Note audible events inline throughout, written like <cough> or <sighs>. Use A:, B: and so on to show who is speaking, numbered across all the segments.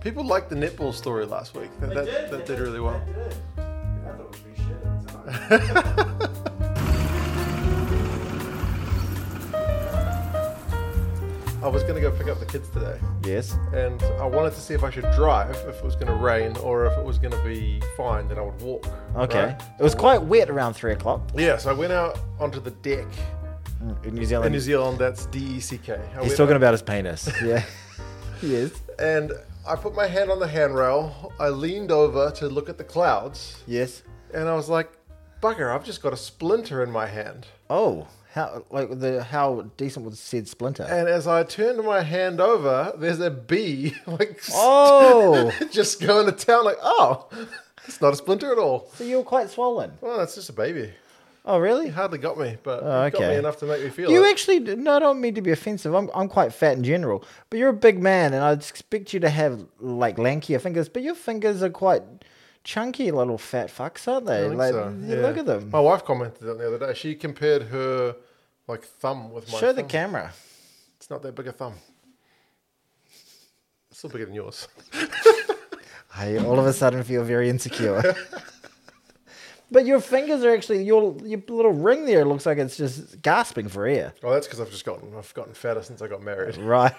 A: People liked the Knitbull story last week. That, that, that did really well.
B: I thought it was pretty shit at the time.
A: I was going to go pick up the kids today,
C: Yes.
A: and I wanted to see if I should drive, if it was going to rain, or if it was going to be fine, then I would walk.
C: Okay.
A: right?
C: It was quite wet around three o'clock
A: Yeah, so I went out onto the deck
C: in New
A: in
C: Zealand.
A: New Zealand. That's D E C K. I
C: He's
A: went
C: talking
A: out-
C: about his <laughs> penis. Yeah. yes.
A: And I put my hand on the handrail. I leaned over to look at the clouds,
C: Yes.
A: and I was like, "Bugger! I've just got a splinter in my hand."
C: Oh, how like the how decent was said splinter?
A: And as I turned my hand over, there's a bee <laughs> like
C: Oh.
A: <laughs> just going to town. Like, oh, it's not a splinter at all.
C: <laughs> So you're quite swollen.
A: Well, it's just a baby.
C: Oh,
A: It
C: really?
A: hardly got me, but
C: Oh,
A: it got me
C: okay.
A: enough to make me feel.
C: You
A: it.
C: actually d- no, I don't mean to be offensive. I'm I'm quite fat in general, but you're a big man, and I'd expect you to have like lankier fingers. But your fingers are quite chunky, little fat fucks, aren't
A: I
C: they?
A: think
C: Like,
A: so,
C: you
A: yeah.
C: look at them.
A: My wife commented on it the other day. She compared her like thumb with my.
C: Show the
A: thumb.
C: camera.
A: It's not that big a thumb. It's still bigger than yours. <laughs>
C: I all of a sudden feel very insecure. <laughs> but your fingers are actually your your little ring there looks like it's just gasping for air.
A: Oh, that's because I've just gotten I've gotten fatter since I got married.
C: <laughs> Right.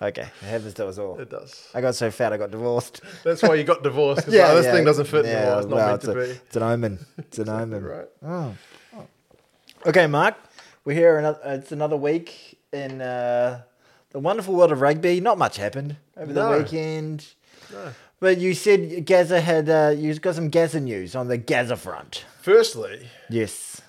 C: okay. It happens to us all.
A: It does.
C: I got so fat I
A: <laughs>
C: got divorced.
A: That's why you got divorced. Because yeah, this thing doesn't fit
C: <laughs> Yeah,
A: anymore. It's not
C: well,
A: meant
C: it's
A: to
C: a-
A: be.
C: It's an omen.
A: <laughs>
C: It's an omen.
A: Right.
C: Oh. Okay, Mark. We're here. Another, it's another week in uh, the wonderful world of rugby. Not much happened over
A: No.
C: the weekend.
A: No.
C: But you said Gaza had uh, you got some Gaza news on the Gaza front.
A: Firstly,
C: Yes.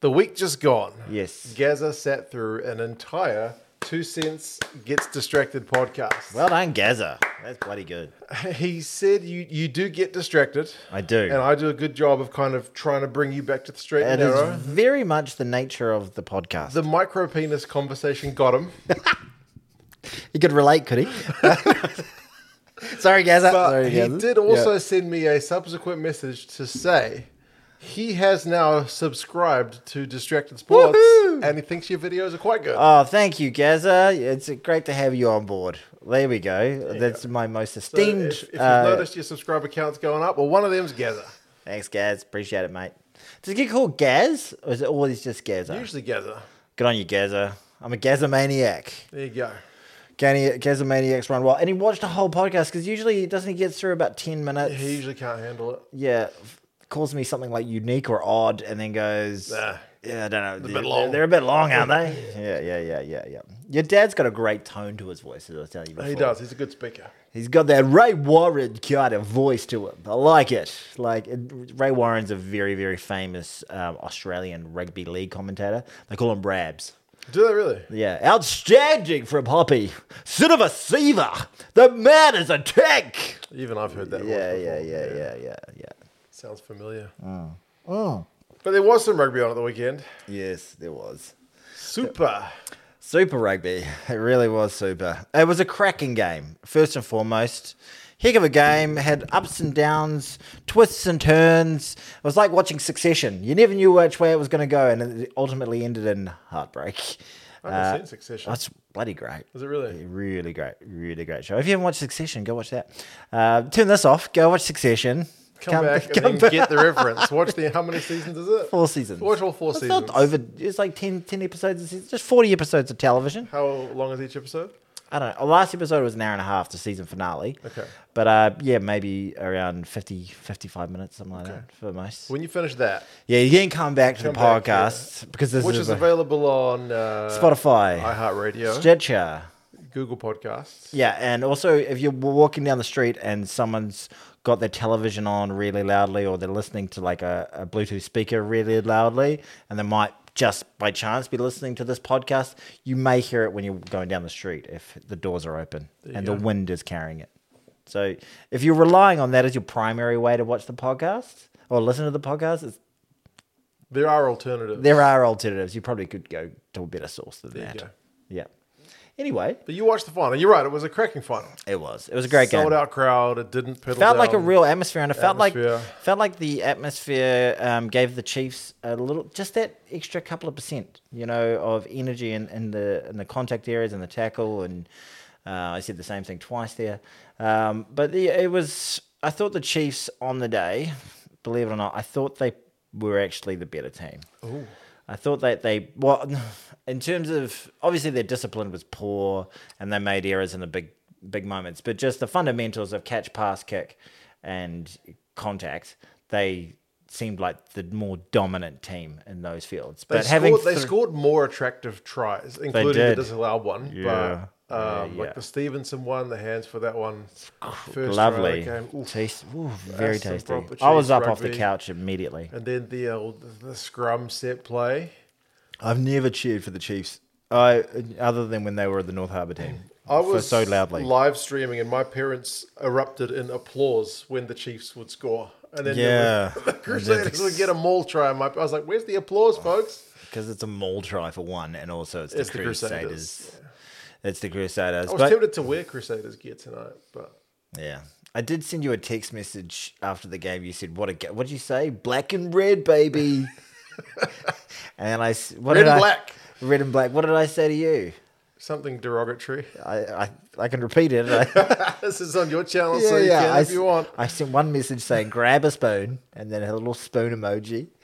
A: the week just gone.
C: Yes.
A: Gaza sat through an entire two cents gets distracted podcast.
C: Well done, Gaza. That's bloody good.
A: he said you you do get distracted.
C: I do.
A: And I do a good job of kind of trying to bring you back to the straight and
C: It is
A: narrow.
C: very much the nature of the podcast.
A: The micro penis conversation got <laughs> him.
C: He could relate, could
A: <laughs>
C: he? <laughs> Sorry, Gaza.
A: But
C: Sorry,
A: he
C: Gaza.
A: did also send me a subsequent message to say he has now subscribed to Distracted Sports
C: Woohoo!
A: and he thinks your videos are quite good.
C: Oh, thank you, Gaza. It's great to have you on board. There we go. That's my most
A: So if,
C: esteemed.
A: if you've
C: uh,
A: noticed your subscriber count's going up, well, one of them's Gaza.
C: thanks, Gaz. Appreciate it, mate. Does it get called Gaz, or is it always just Gaza?
A: Usually Gaza.
C: Good on you, Gaza. I'm a Gaza maniac.
A: There you go.
C: Gani- Gaza maniacs run wild, and he watched a whole podcast because usually it doesn't get through about ten minutes.
A: He usually can't handle it.
C: yeah, f- calls me something like unique or odd, and then goes,
A: Nah.
C: "Yeah, I don't know, they're,
A: bit long."
C: they're a bit
A: <laughs>
C: long, aren't they?" yeah, yeah, yeah, yeah, yeah. Your dad's got a great tone to his voice, as I tell you before.
A: He does. He's a good speaker.
C: He's got that Ray Warren kind of voice to him. I like it. Like it, Ray Warren's a very, very famous um, Australian rugby league commentator. They call him Rabs.
A: Do they really?
C: Yeah, outstanding from Hoppy. Son of a seaver. The man is a tank.
A: Even I've heard that.
C: Yeah,
A: voice
C: yeah,
A: before.
C: yeah, yeah, yeah, yeah.
A: Sounds familiar.
C: Oh.
A: But there was some rugby on at the weekend.
C: Yes, there was.
A: Super.
C: Super rugby. <laughs> It really was super. It was a cracking game, first and foremost. Heck of a game. Had ups and downs, twists and turns. It was like watching Succession. You never knew which way it was going to go, and it ultimately ended in heartbreak. Uh,
A: I haven't seen Succession.
C: That's bloody great.
A: Is it really?
C: Really great. Really great show. If you haven't watched Succession, go watch that. Uh, turn this off. Go watch Succession.
A: Come,
C: <laughs>
A: back and then get the reference. Watch the how many seasons is it?
C: Four seasons.
A: Watch all four
C: it's
A: seasons.
C: Not over. It's like 10, 10 episodes. a season. Just 40 episodes of television.
A: How long is each episode?
C: I don't know. Last episode was an hour and a half, the season finale.
A: Okay.
C: But uh, yeah, maybe around 50, 55 minutes, something like that for most.
A: When you finish that,
C: yeah, you can come back to
A: Come
C: the
A: back,
C: podcast
A: yeah.
C: because this
A: which
C: is,
A: is
C: a-
A: available on uh,
C: Spotify,
A: iHeartRadio,
C: Stitcher.
A: Google Podcasts.
C: Yeah, and also if you're walking down the street and someone's got their television on really loudly or they're listening to like a, a Bluetooth speaker really loudly and they might just by chance be listening to this podcast, you may hear it when you're going down the street if the doors are open and the wind is carrying it. So if you're relying on that as your primary way to watch the podcast or listen to the podcast, it's,
A: There are alternatives.
C: there are alternatives. You probably could go to a better source than
A: There you
C: that.
A: go.
C: Yeah. Anyway,
A: But you watched the final. You're right. It was a cracking final.
C: it was. It was a great game.
A: Sold out crowd. It didn't pedal
C: felt like a
A: down.
C: real atmosphere, and it felt
A: Atmosphere.
C: like felt like the atmosphere um, gave the Chiefs a little, just that extra couple of percent, you know, of energy in, in the in the contact areas and the tackle and Uh, I said the same thing twice there. Um, but yeah, it was, I thought the Chiefs on the day, believe it or not, I thought they were actually the better team. I thought that they, well, <sighs> in terms of, obviously their discipline was poor and they made errors in the big, big moments, but just the fundamentals of catch, pass, kick, and contact, they seemed like the more dominant team in those fields.
A: They,
C: But
A: scored,
C: having
A: they
C: thr-
A: scored more attractive tries, including the
C: did.
A: disallowed one.
C: Yeah.
A: But, um,
C: Yeah, yeah.
A: like the Stevenson one, the hands for that one. First
C: Lovely.
A: Try of the game. Oof.
C: Taste, ooh, very
A: That's some
C: tasty.
A: proper
C: I was
A: cheese
C: up off the
A: rugby.
C: couch immediately.
A: And then the, uh, the scrum set play.
C: I've never cheered for the Chiefs, I other than when they were the North Harbour team.
A: I was live streaming, and my parents erupted in applause when the Chiefs would score. And then
C: Yeah.
A: the <laughs> Crusaders would get a maul try. And my, I was like, "Where's the applause,
C: Oh,
A: folks?"
C: because it's a mall try for one, and also it's the
A: It's the
C: Crusaders.
A: Crusaders,
C: It's the Crusaders.
A: I was
C: but-
A: tempted to wear Crusaders gear tonight, but
C: yeah, I did send you a text message after the game. You said, "What a ga- what did you say? Black and red,
A: <laughs>
C: baby." and I s- what
A: Red
C: did
A: and
C: I-
A: black.
C: red and black. What did I say to you?
A: something derogatory. <laughs>
C: I I, I can repeat it. I-
A: this is on your channel, so you can if
C: s-
A: you want.
C: I sent one message saying grab a spoon and then a little spoon emoji. <laughs>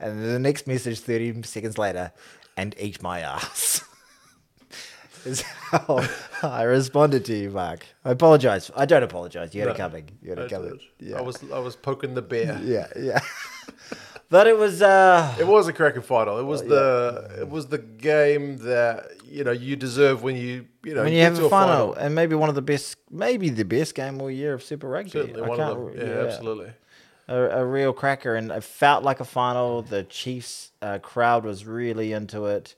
C: And then the next message 30 seconds later, and eat my ass. <laughs> is how I responded to you, Mark. I apologize. I don't apologize. You had it
A: No,
C: coming. You had
A: I,
C: it coming.
A: did.
C: Yeah.
A: I was I was poking the bear.
C: yeah, yeah. <laughs> but it was uh
A: It was a cracking final. It was
C: Oh,
A: the it was the game that you know you deserve when you you know
C: when you
A: get
C: have
A: to
C: a final, and maybe one of the best, maybe the best game all year of Super Rugby.
A: Certainly
C: I
A: one of them.
C: can't-
A: yeah, absolutely.
C: a, a real cracker, and it felt like a final. The Chiefs uh, crowd was really into it.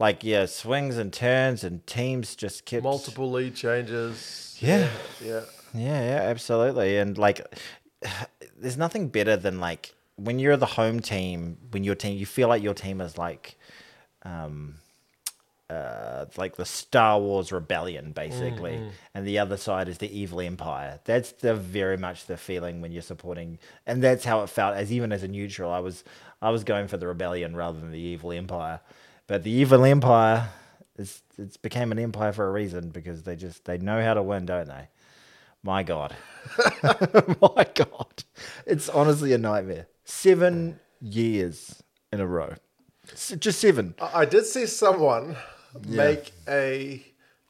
C: Like yeah, swings and turns, and teams just kept
A: Multiple lead changes.
C: Yeah.
A: yeah.
C: Yeah, yeah, absolutely, and like, <sighs> there's nothing better than like when you're the home team. When your team, you feel like your team is like, um, uh, like the Star Wars Rebellion, basically, and the other side is the evil empire. That's the very much the feeling when you're supporting, and that's how it felt. As even as a neutral, I was I was going for the rebellion rather than the evil empire, but the evil empire. It's, it's became an empire for a reason because they just they know how to win, don't they? My God. <laughs> My God. It's honestly a nightmare. Seven years in a row. S- just seven.
A: I I did see someone make a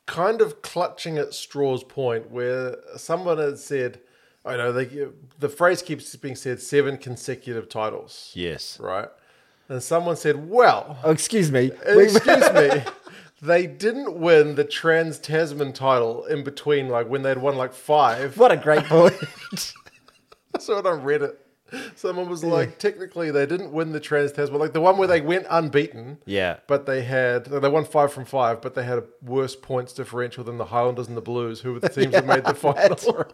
A: kind of clutching at straws point where someone had said, I know they, the phrase keeps being said seven consecutive titles,
C: Yes.
A: right? And someone said, Well,
C: Oh, excuse <laughs> me. We-
A: excuse me, they didn't win the Trans Tasman title in between, like when they'd won like five. <laughs>
C: what a great point.
A: I saw it on Reddit. Someone was like, technically, they didn't win the Trans Tasman, like the one where they went unbeaten.
C: yeah.
A: But they had they won five from five, but they had a worse points differential than the Highlanders and the Blues, who were the teams that made the final.
C: That's right.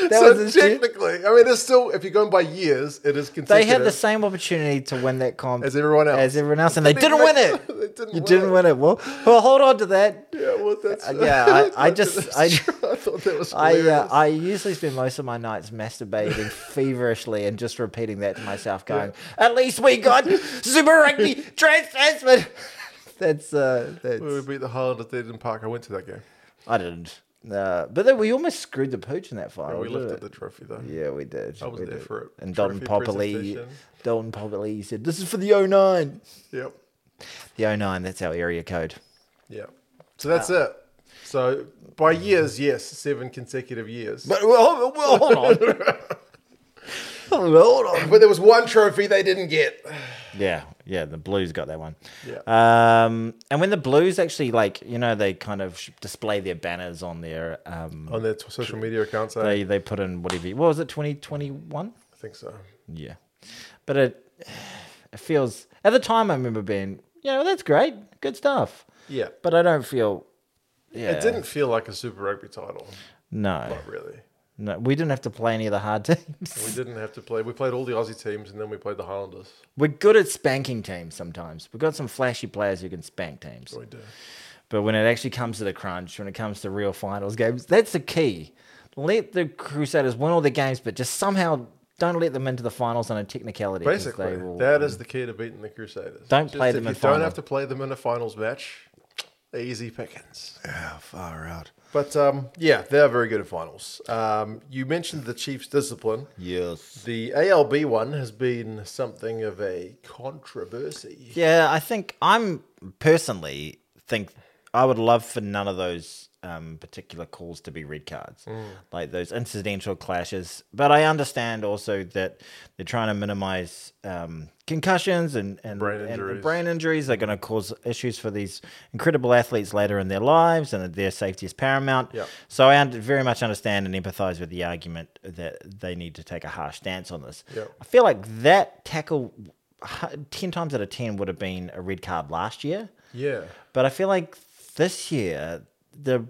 C: <laughs> That
A: so
C: was a shit.
A: technically, I mean, it's still if you're going by years, it is
C: They
A: consecutive.
C: had the same opportunity to win that comp
A: as everyone else.
C: as everyone else, and they
A: They
C: didn't win it.
A: <laughs> They didn't
C: You
A: win
C: didn't
A: it.
C: win it. Well, well, hold on to that.
A: yeah, well, that's,
C: Uh,
A: <laughs>
C: yeah, I-
A: that's
C: I
A: not-
C: just-
A: that's
C: I-
A: true. I thought that was
C: I uh,
A: hilarious.
C: I usually spend most of my
A: <laughs>
C: nights masturbating feverishly and just repeating that to myself, going, "At least we got
A: <laughs>
C: Super Rugby Trans Tasman." <laughs> That's uh,
A: When we
C: that's
A: beat the Highlanders at Eden Park. I went to that game.
C: I didn't. Uh, but then we almost screwed the pooch in that final.
A: we
C: didn't
A: lifted
C: Oh, it?
A: the trophy though.
C: Yeah, we did.
A: I was
C: we
A: there
C: did.
A: for it.
C: And Dalton
A: Trophy
C: Popperly,
A: presentation.
C: Dalton Popperly said, "This is for the 09.
A: Yep,
C: The 09, That's our area code.
A: yep. So that's it. So by years, yes, seven consecutive years.
C: Mm. But well, well, <laughs> hold on. hold on.
A: <sighs> But there was one trophy they didn't get. <sighs>
C: Yeah, yeah, the Blues got that one.
A: Yeah.
C: Um, and when the Blues actually like, you know, they kind of sh- display their banners on their um,
A: On their t- social media accounts, I,
C: they they put in whatever. What was it, twenty twenty one?
A: I think so.
C: Yeah, but it it feels at the time I remember being, you know, that's great, good stuff.
A: Yeah.
C: But I don't feel. Yeah,
A: It didn't feel like a Super Rugby title,
C: No,
A: not really.
C: no, we didn't have to play any of the hard <laughs> teams.
A: We didn't have to play. We played all the Aussie teams, and then we played the Highlanders.
C: We're good at spanking teams sometimes. We've got some flashy players who can spank teams.
A: We did.
C: But when it actually comes to the crunch, when it comes to real finals games, that's the key. Let the Crusaders win all their games, but just somehow don't let them into the finals on a technicality. 'cause
A: Basically,
C: they will-
A: that is the key to beating the Crusaders.
C: Don't play
A: if
C: them in
A: You don't
C: final.
A: have to play them in a finals match. Easy pickings.
C: Oh, far out.
A: But um, yeah, they're very good at finals. Um, you mentioned the Chiefs' discipline.
C: Yes.
A: The ALB one has been something of a controversy.
C: Yeah, I think I'm personally think I would love for none of those um, particular calls to be red cards,
A: Mm.
C: like those incidental clashes. But I understand also that they're trying to minimize um, concussions and, and
A: Brain
C: and- and
A: injuries.
C: brain injuries are going to cause issues for these incredible athletes later in their lives, and that their safety is paramount.
A: Yeah.
C: So I und- very much understand and empathize with the argument that they need to take a harsh stance on this.
A: Yeah.
C: I feel like that tackle, h- ten times out of ten, would have been a red card last year.
A: Yeah.
C: But I feel like this year the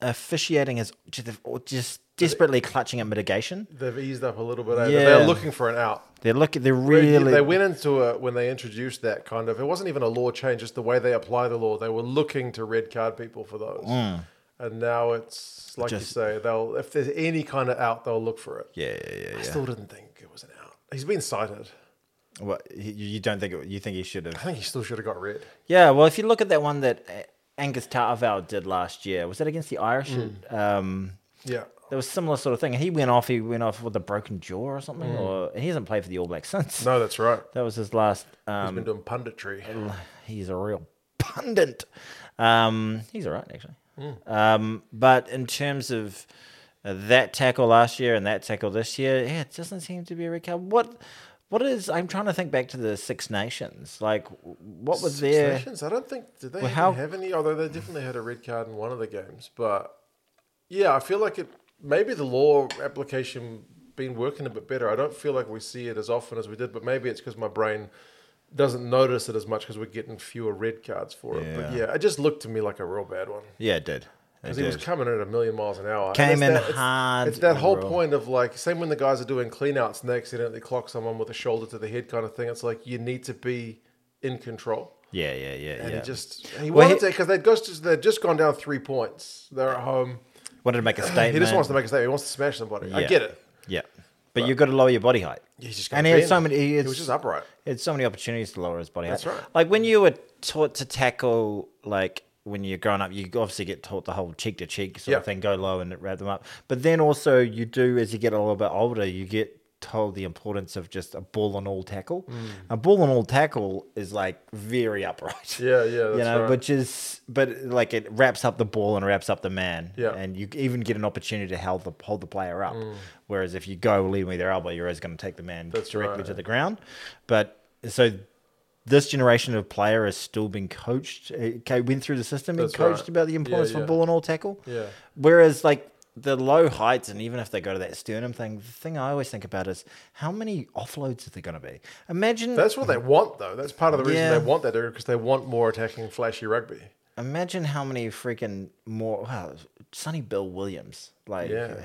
C: officiating is just, just desperately clutching at mitigation.
A: They've eased up a little bit. eh?
C: Yeah.
A: They're looking for an out.
C: They're looking. They're
A: They-
C: really.
A: They went into it when they introduced that kind of. It wasn't even a law change; just the way they apply the law. They were looking to red card people for those, and now it's like
C: Mm. Just-
A: you say. They'll if there's any kind of out, they'll look for it.
C: yeah, yeah, yeah.
A: I still didn't think it was an out. He's been cited.
C: What you you don't think? It, you think he should
A: I
C: have?
A: think he still should have got red.
C: Yeah. Well, if you look at that one that uh, Angus Tarval did last year, was that against the Irish?
A: Mm.
C: Um,
A: Yeah,
C: there was similar sort of thing. He went off. He went off with a broken jaw or something, or he hasn't played for the All Blacks since.
A: Mm. no, that's right.
C: That was his last. Um,
A: He's been doing punditry.
C: he's a real pundit. Um, he's all right, actually.
A: Mm.
C: Um, but in terms of uh, that tackle last year and that tackle this year, yeah, it doesn't seem to be a recap. What, what is? I'm trying to think back to the Six Nations. Like, what was
A: Six
C: there?
A: Nations? I don't think did they
C: Well,
A: even
C: how-
A: have any. Although they definitely had a red card in one of the games, but yeah, I feel like it. Maybe the law application been working a bit better. I don't feel like we see it as often as we did, but maybe it's because my brain doesn't notice it as much because we're getting fewer red cards for it. But
C: Yeah.
A: yeah, it just looked to me like a real bad one
C: Yeah, it did. It
A: because he was
C: did.
A: coming in at a million miles an hour. And
C: Came
A: it's
C: in
A: that- it's-
C: hard
A: It's that whole
C: overall.
A: point of like, same when the guys are doing cleanouts and they accidentally clock someone with a shoulder to the head kind of thing. It's like you need to be in control.
C: Yeah, yeah, yeah,
A: And
C: yeah.
A: he just he
C: Well,
A: wanted
C: he-
A: to because they'd just they'd just gone down three points. They're at home.
C: wanted to make a statement.
A: He just wants to make a statement. He wants to smash somebody. I
C: Yeah.
A: get it.
C: Yeah, but, you've got to lower your body height.
A: He's just
C: and
A: gonna
C: he had
A: bend.
C: so many. He,
A: He
C: had
A: was just
C: s-
A: upright.
C: He had so many opportunities to lower his body
A: That's
C: height.
A: right.
C: Like when you were taught to tackle, like when you're growing up, you obviously get taught the whole cheek to cheek sort of
A: Yeah.
C: thing, go low and wrap them up. But then also, you do as you get a little bit older, you get told the importance of just a ball and all tackle.
A: Mm.
C: A ball and all tackle is like very upright.
A: Yeah, yeah,
C: you
A: that's
C: know,
A: right.
C: which is but like it wraps up the ball and wraps up the man.
A: Yeah. Mm.
C: and you even get an opportunity to hold the hold the player up. Whereas if you go lead with their elbow, you're always going to take the man
A: That's
C: directly
A: right.
C: to the ground. But so this generation of player is still being coached. Okay, went through the system and
A: That's right.
C: coached about the importance
A: Yeah,
C: of
A: yeah.
C: ball and all tackle.
A: Yeah.
C: Whereas like the low heights and even if they go to that sternum thing, the thing I always think about is how many offloads are there going to be? Imagine
A: That's what they want though. That's part of the reason
C: Yeah.
A: they want that because they want more attacking, flashy rugby.
C: Imagine how many freaking more wow, Sonny Bill Williams. Like
A: Yeah.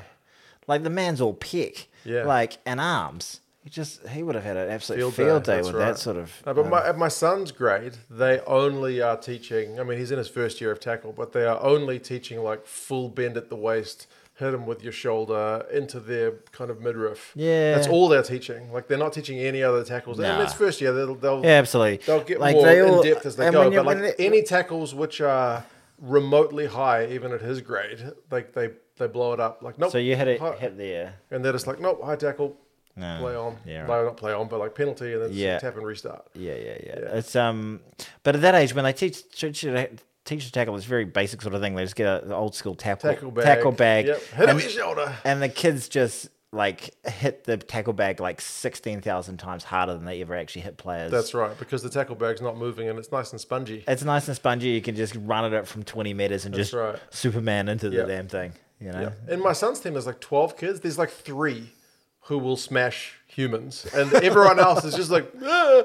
C: like the man's all pick.
A: Yeah.
C: Like and arms. He just he would have had an absolute field, day,
A: that's
C: with
A: right.
C: that sort of
A: No, but
C: um,
A: my, at my son's grade, they only are teaching. I mean, he's in his first year of tackle, but they are only teaching like full bend at the waist, hit him with your shoulder into their kind of midriff.
C: Yeah.
A: that's all they're teaching. Like they're not teaching any other tackles.
C: Nah.
A: And it's first year; they'll they'll,
C: Yeah, absolutely.
A: they'll get
C: Like,
A: more
C: they all-
A: in depth as they
C: and
A: go.
C: when you-
A: But like
C: when it-
A: any tackles which are remotely high, even at his grade, like they they blow it up. Like nope.
C: So you hit it
A: high-
C: hit there.
A: and they're just like nope, high tackle.
C: No.
A: Play on,
C: Yeah,
A: no, not play on, but like penalty, and then
C: Yeah.
A: tap and restart.
C: Yeah, yeah, yeah, It's um, but at that age when they teach teach you to- teach you to tackle, it's very basic sort of thing. They just get an old school tackle
A: tackle bag.
C: tackle bag.
A: Yep. Hit him
C: and-
A: with your shoulder.
C: and the kids just like hit the tackle bag like 16,000 times harder than they ever actually hit players.
A: That's right, because the tackle bag's not moving and it's nice and spongy.
C: It's nice and spongy. You can just run it up from 20 meters and just
A: right.
C: Superman into the
A: Yeah.
C: damn thing, you know?
A: In my son's team, there's like 12 kids. There's like three who will smash humans, and everyone else is just like, "Ah."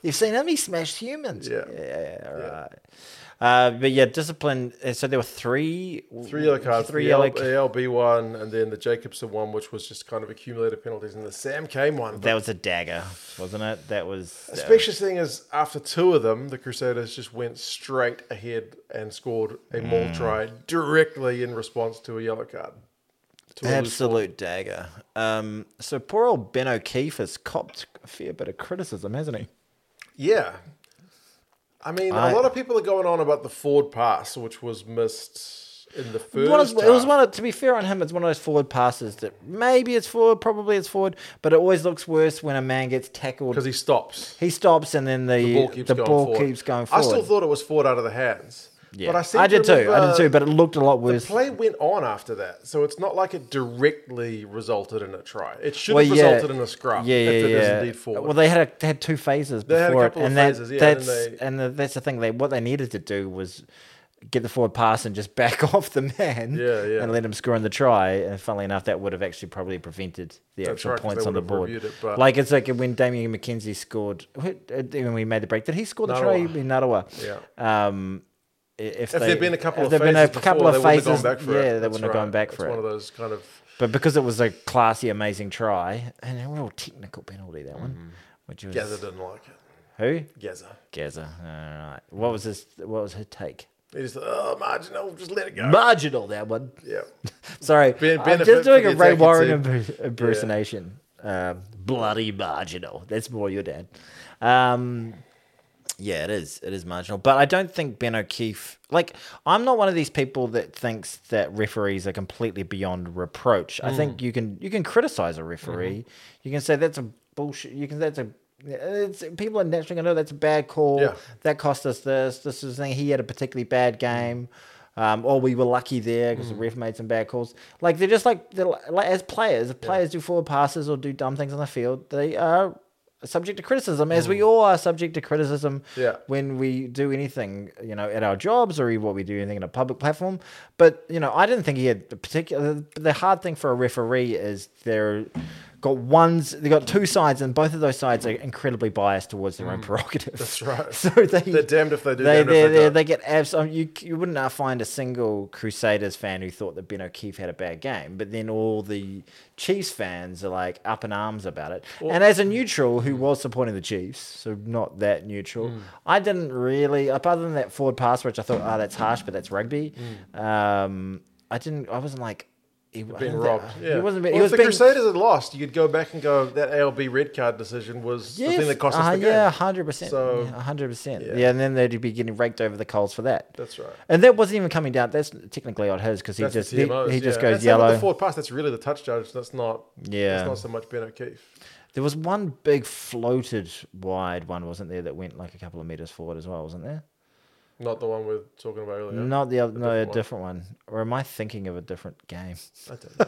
C: You've seen him, he smashed humans.
A: Yeah.
C: Yeah, all right. Uh, but yeah, discipline. uh, So there were three,
A: three yellow cards.
C: Three
A: the
C: yellow.
A: L- ALB one, and then the Jacobson one, which was just kind of accumulated penalties, and the Sam Kane one.
C: That was a dagger, wasn't it? That was.
A: The Suspicious thing is, after two of them, the Crusaders just went straight ahead and scored a maul
C: Mm.
A: try directly in response to a yellow card. To a loose
C: Absolute dagger. Um, so poor old Ben O'Keefe has copped a fair bit of criticism, hasn't he?
A: Yeah. I mean, a
C: I-
A: lot of people are going on about the Ford pass, which was missed in the first.
C: One of- it was
A: half.
C: one of, to be fair on him, it's one of those forward passes that maybe it's forward, probably it's forward, but it always looks worse when a man gets tackled.
A: because he stops.
C: He stops and then the, the
A: Ball keeps going forward. I still thought it was Ford out of the hands.
C: yeah.
A: But I, seem
C: I
A: to
C: did too. I did
A: remember
C: too, but it looked a lot worse.
A: Play went on after that, so it's not like it directly resulted in a try. It should
C: Well,
A: have
C: yeah.
A: resulted in a scrum
C: Yeah, yeah,
A: if it is
C: yeah.
A: indeed forward.
C: Well, they had a, they had two phases before
A: had a
C: it,
A: couple of
C: and that-
A: phases, yeah, and
C: that's
A: then
C: and the, that's the thing. They what they needed to do was get the forward pass and just <laughs> back off the man,
A: Yeah, yeah.
C: and let him score in the try. And funnily enough, that would have actually probably prevented the
A: That's
C: actual
A: right, 'cause
C: points
A: they
C: on the
A: would have
C: board.
A: reviewed it, but-
C: like it's like when Damien McKenzie scored uh, when we made the break. Did he score the try
A: Narawa.
C: in Narawa?
A: Yeah.
C: Um, i- if,
A: if
C: they,
A: there'd been a couple
C: if
A: of
C: there'd
A: phases,
C: been a couple
A: before,
C: of
A: they wouldn't
C: phases,
A: have gone back for
C: yeah,
A: it.
C: they
A: That's
C: wouldn't have gone
A: right.
C: back
A: It's
C: for
A: One of
C: it.
A: those kind of
C: But because it was a classy, amazing try, and a real technical penalty that
A: Mm-hmm.
C: one, which was
A: Gaza didn't like it.
C: who
A: Gaza,
C: Gaza. All right. What was his? What was her take?
A: he just oh marginal, just let it go.
C: Marginal that one.
A: yeah,
C: <laughs> Sorry,
A: Ben-
C: I'm
A: benefit
C: just doing
A: for
C: a
A: the
C: Ray
A: attacking
C: Warren
A: team.
C: imper- impersonation. Um, bloody marginal. That's more your dad. Um, yeah, it is. It is marginal, but I don't think Ben O'Keefe. Like, I'm not one of these people that thinks that referees are completely beyond reproach. I
A: Mm.
C: think you can you can criticize a referee.
A: Mm-hmm.
C: You can say that's a bullshit. You can that's a it's people are naturally gonna know that's a bad call.
A: Yeah.
C: That cost us this. This is the thing. He had a particularly bad game. Um, or we were lucky there because the ref made some bad calls. Like they're just like, they're like like, as players, if players do forward passes or do dumb things on the field, they are subject to criticism, as we all are subject to criticism
A: Yeah.
C: when we do anything, you know, at our jobs or even what we do anything in a public platform. But you know, I didn't think he had a particular. The hard thing for a referee is they're got ones they got two sides, and both of those sides are incredibly biased towards their own prerogative.
A: Mm. That's right.
C: <laughs> so they
A: they're damned if they do.
C: they
A: damned
C: they,
A: if they
C: they,
A: don't.
C: they get abs. I mean, you you wouldn't uh, find a single Crusaders fan who thought that Ben O'Keefe had a bad game, but then all the Chiefs fans are like up in arms about it. and as a neutral who was supporting the Chiefs, so not that neutral,
A: Mm.
C: I didn't really. Other than that forward pass, which I thought, oh, that's harsh, but that's rugby. Um, I didn't. I wasn't like. He, I
A: Mm. being
C: didn't-
A: robbed. Yeah.
C: He wasn't.
A: Well,
C: he was
A: if the
C: being,
A: Crusaders had lost, you'd go back and go, that ALB red card decision was the thing that cost us
C: uh,
A: the game.
C: Yeah, hundred percent.
A: So-
C: hundred percent.
A: Yeah.
C: Yeah, and then they'd be getting raked over the coals for that.
A: That's right.
C: And that wasn't even coming down. That's technically on his because he
A: That's
C: just
A: the
C: he,
A: TMOs,
C: he just
A: yeah.
C: goes
A: That's not
C: yellow.
A: The forward pass, that's really the touch judge. That's not,
C: Yeah.
A: that's not so much Ben O'Keefe.
C: There was one big floated wide one, wasn't there, that went like a couple of meters forward as well, wasn't there?
A: Not the one we we're talking about earlier.
C: Not the other, no,
A: different
C: a
A: one.
C: different one. Or am I thinking of a different game?
A: I don't know.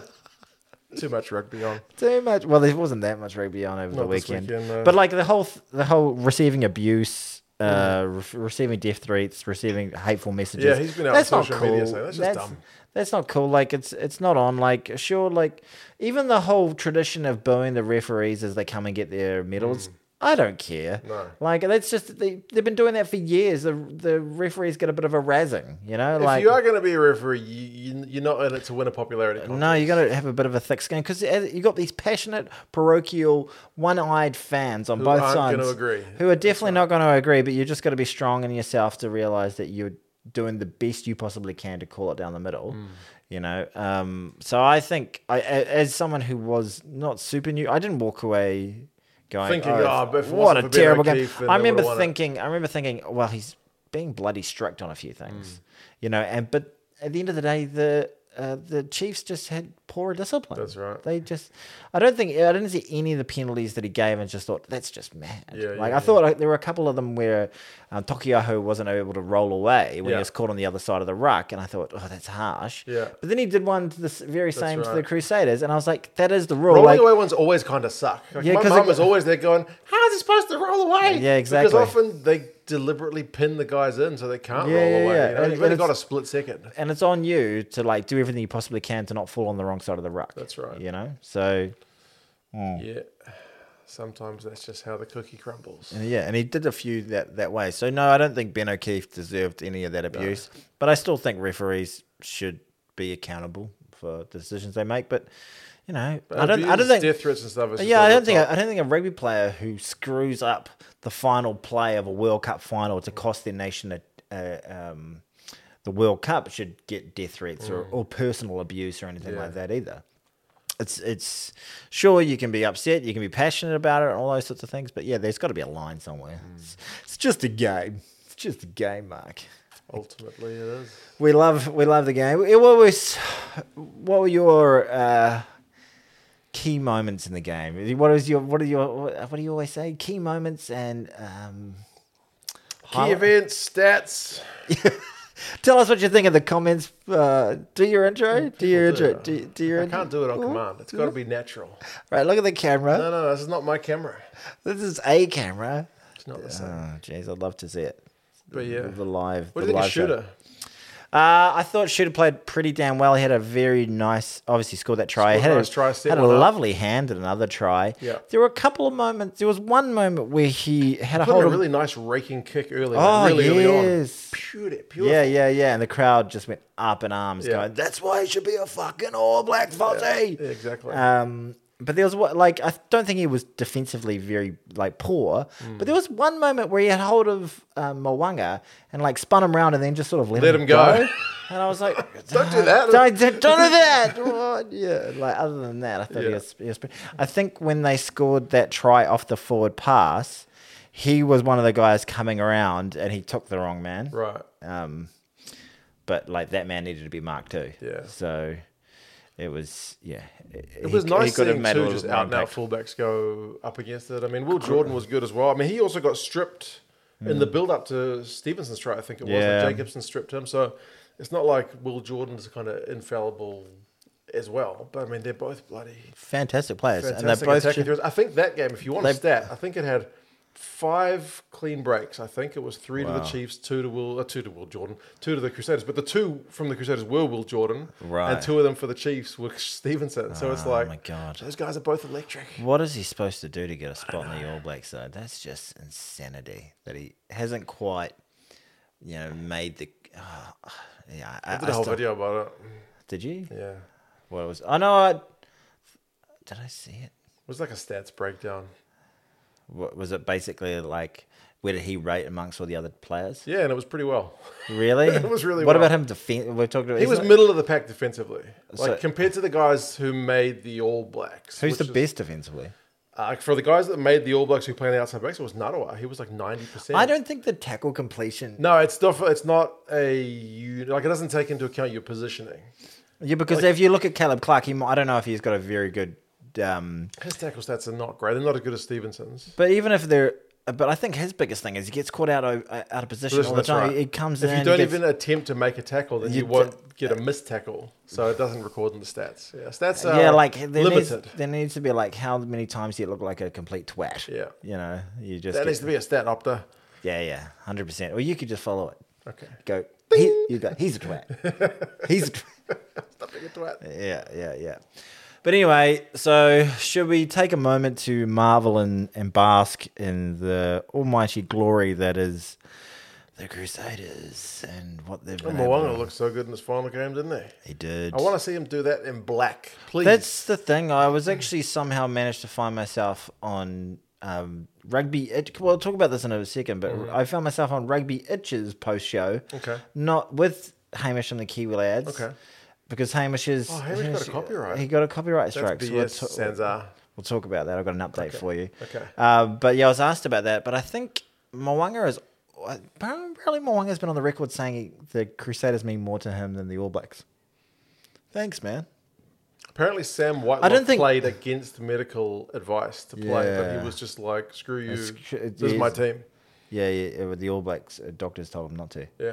A: <laughs> Too much rugby on.
C: Too much. Well, there wasn't that much rugby on over the
A: Not this
C: weekend,
A: weekend, no.
C: but like the whole th- the whole receiving abuse. Uh, re- receiving death threats, receiving hateful messages.
A: Yeah, he's been out
C: that's
A: on
C: not
A: social
C: cool.
A: media saying that's just dumb.
C: That's not cool. Like it's it's not on. Like sure, like even the whole tradition of booing the referees as they come and get their medals. I don't care.
A: Mm. No.
C: Like that's just they they've been doing that for years. The the referees get a bit of a razzing, you know.
A: If
C: like
A: you are going to be a referee, you, you, you're not in it to win a popularity contest.
C: no, you got to have a bit of a thick skin because you got these passionate, parochial, one-eyed fans on both
A: aren't
C: sides
A: gonna agree.
C: who are definitely not going to agree. But you just got to be strong in yourself to realize that you're doing the best you possibly can to call it down the middle.
A: Mm.
C: You know, um, so I think I, a- as someone who was not super new, I didn't walk away going
A: Thinking,
C: oh,
A: "Oh, but if it
C: what
A: wasn't
C: a
A: for Ben
C: terrible game."
A: O'Keefe, then
C: I
A: they would've
C: remember
A: won it.
C: thinking thinking- I remember thinking, well, he's being bloody strict on a few
A: Mm.
C: things, you know. And but at the end of the day, the uh, the Chiefs just had poor discipline.
A: That's right.
C: They just, I don't think I didn't see any of the penalties that he gave, and just thought that's just mad.
A: Yeah,
C: like
A: yeah,
C: I
A: yeah.
C: thought like, there were a couple of them where um, Tokiaho wasn't able to roll away when he
A: Yeah.
C: was caught on the other side of the ruck, and I thought, oh, that's harsh.
A: Yeah.
C: But then he did one to the s- very same to the
A: right.
C: Crusaders, and I was like, that is the rule.
A: Rolling
C: Like,
A: away ones always kind of suck. Like,
C: Yeah,
A: my
C: 'cause it
A: mum
C: go-
A: is always there going, "How's it supposed to roll away?"
C: Yeah, exactly.
A: Because often they deliberately pin the guys in so they can't
C: Yeah,
A: roll
C: yeah,
A: away.
C: yeah.
A: You know?
C: And-
A: You've only
C: and
A: got a
C: it's-
A: split second.
C: and it's on you to like do everything you possibly can to not fall on the wrong side of the ruck.
A: That's right.
C: You know, so
A: Yeah. Sometimes that's just how the cookie crumbles.
C: and yeah, and he did a few that that way. So no, I don't think Ben O'Keefe deserved any of that abuse, but I still think referees should be accountable for the decisions they make. But you know, I don't, I don't
A: Abuse,
C: think
A: death threats and stuff. Is just
C: Yeah, I
A: over
C: don't
A: the
C: think
A: top.
C: I don't think a rugby player who screws up the final play of a World Cup final to cost their nation a, a um, the World Cup should get death threats or, or personal abuse or anything
A: Mm. Yeah.
C: like that either. It's it's sure you can be upset, you can
A: Mm.
C: be passionate about it, and all those sorts of things. But yeah, there's got to be a line somewhere. It's, it's just a game. It's It's just a game, Mark.
A: Ultimately, it is.
C: We love we love the game. It- What was what were your uh, key moments in the game? What is your what are your what do you always say? Key moments and um,
A: Key
C: highlight-
A: events, stats.
C: Tell us what you think in the comments. Uh, do your intro. Do your
A: Mm, I'll do
C: intro.
A: it.
C: Do, do your
A: I
C: intro.
A: can't do it on command. It's got to
C: Mm-hmm.
A: be natural.
C: Right, look at the camera.
A: No, no, this is not my camera.
C: This is a camera.
A: It's not the same.
C: Oh, jeez, I'd love to see it.
A: But yeah.
C: The live.
A: What do
C: the
A: you think
C: live
A: of
C: show.
A: Shooter?
C: Uh, I thought Shooter played pretty damn well. He had a very nice, obviously scored that try.
A: Scored a
C: had
A: nice try, set
C: had a
A: one up.
C: lovely hand at another try.
A: Yeah.
C: There were a couple of moments. There was one moment where he had a
A: Put
C: hold
A: in a
C: of.
A: really nice raking kick early.
C: oh
A: like really early on.
C: yes.
A: Shoot it, beautiful.
C: Yeah, yeah, yeah. And the crowd just went up in arms,
A: Yeah.
C: going, "That's why he should be a fucking All Black Fozzie."
A: yeah, exactly.
C: Um, but there was what, like, I don't think he was defensively very like poor.
A: Mm.
C: But there was one moment where he had hold of um, Mwanga and like spun him round and then just sort of let,
A: Let him go.
C: And I was like,
A: Don't do that.
C: Don't, don't do that.
A: <laughs>
C: What? Yeah. <laughs> Like other than that, I thought he
A: Yeah.
C: was. He was pretty- I think when they scored that try off the forward pass. He was one of the guys coming around, and he took the wrong man.
A: <laughs> Right.
C: Um, but like that man needed to be marked too.
A: Yeah.
C: So it was yeah.
A: It was nice seeing two just out and out fullbacks go up against it. I mean, Will Jordan was good as well. I mean, he also got stripped in the build up to Stevenson's try, I think it was.
C: Mm. Yeah.
A: Like Jacobson stripped him. So it's not like Will Jordan's kind of infallible as well. But I mean, they're both bloody
C: Fantastic players, and
A: fantastic
C: they both
A: attacking
C: ju-
A: throws. I think that game, if you want a
C: they-
A: stat, I think it had five clean breaks. I think it was three to the
C: Wow.
A: Chiefs, two to Will, uh, two to Will Jordan, two to the Crusaders. But the two from the Crusaders were Will Jordan,
C: Right.
A: and two of them for the Chiefs were Stevenson. So it's
C: Oh
A: like,
C: my God.
A: those guys are both electric.
C: What is he supposed to do to get a spot on the All Black side? That's just insanity that he hasn't quite, you know, made the. ah, yeah, I,
A: I did
C: I
A: a whole
C: still-
A: video about
C: Did you?
A: it. Yeah, it
C: What was? Oh no! I, did I see it?
A: was like a stats breakdown.
C: What, was it basically like where did he rate amongst all the
A: <laughs>
C: other players?
A: Yeah, and it was pretty well.
C: Really?
A: It was really
C: What
A: well.
C: about him? Defense. We're talking about.
A: He
C: isn't
A: was
C: it-
A: middle of the pack defensively, like
C: So-
A: compared to the guys who made the All Blacks.
C: Who's
A: which
C: the
A: is-
C: best defensively?
A: Uh, for the guys that made the All Blacks who play on the outside backs, it was Narawa. He was like ninety percent.
C: I don't think the tackle completion.
A: No, it's not. It's not a you like. It doesn't take into account your positioning.
C: Yeah, because if you look at Caleb Clark, he, mi- I don't know if he's got a very good. Um,
A: His tackle stats are not great. They're not as good as Stevenson's.
C: but even if they're, but I think his biggest thing is he gets caught out of out of position all the
A: That's
C: time.
A: right.
C: He comes
A: If
C: in.
A: you
C: he
A: don't
C: gets-
A: even attempt to make a tackle, then
C: You
A: you,
C: d- uh,
A: won't get a missed tackle. So it doesn't record in the stats. Yeah, stats are
C: yeah, like there needs,
A: limited.
C: there needs to be like how many times he looked like a complete twat.
A: Yeah.
C: you know, you just
A: That
C: get-
A: needs to be a stat opter.
C: yeah, yeah, hundred percent. Or you could just follow it.
A: Okay,
C: Go, he, you go. He's a twat.
A: <laughs>
C: he's a twat.
A: stop being a twat.
C: Yeah, yeah, yeah. But anyway, so should we take a moment to marvel and, and bask in the almighty glory that is the Crusaders and what they've been able
A: Mwanga
C: to
A: looked so good in his final game, didn't he?
C: They did.
A: I want to see him do that in black, please.
C: That's the thing. I was actually somehow managed to find myself on um, rugby. It, well, I'll talk about this in a second, but I found myself on rugby itches post show.
A: Mm-hmm. Okay.
C: Not with Hamish and the Kiwi lads.
A: Okay.
C: Because Hamish is.
A: Oh, Hamish got a copyright.
C: He got a copyright
A: That's
C: strike. so we'll
A: BS,
C: ta-
A: Sanzar.
C: We'll talk about that. I've got an update for you.
A: Okay.
C: Uh, but yeah, I was asked about that. But I think Mwanga is. Apparently, Mwanga's been on the record saying he, the Crusaders mean more to him than the All Blacks. Thanks, man.
A: Apparently, Sam Whitelock
C: I don't think-
A: played against medical advice to play, but
C: Yeah.
A: he was just like, "Screw you,
C: It's- it
A: this is my
C: is-
A: team."
C: Yeah, yeah it, was the All Blacks uh, doctors told him not to,
A: Yeah,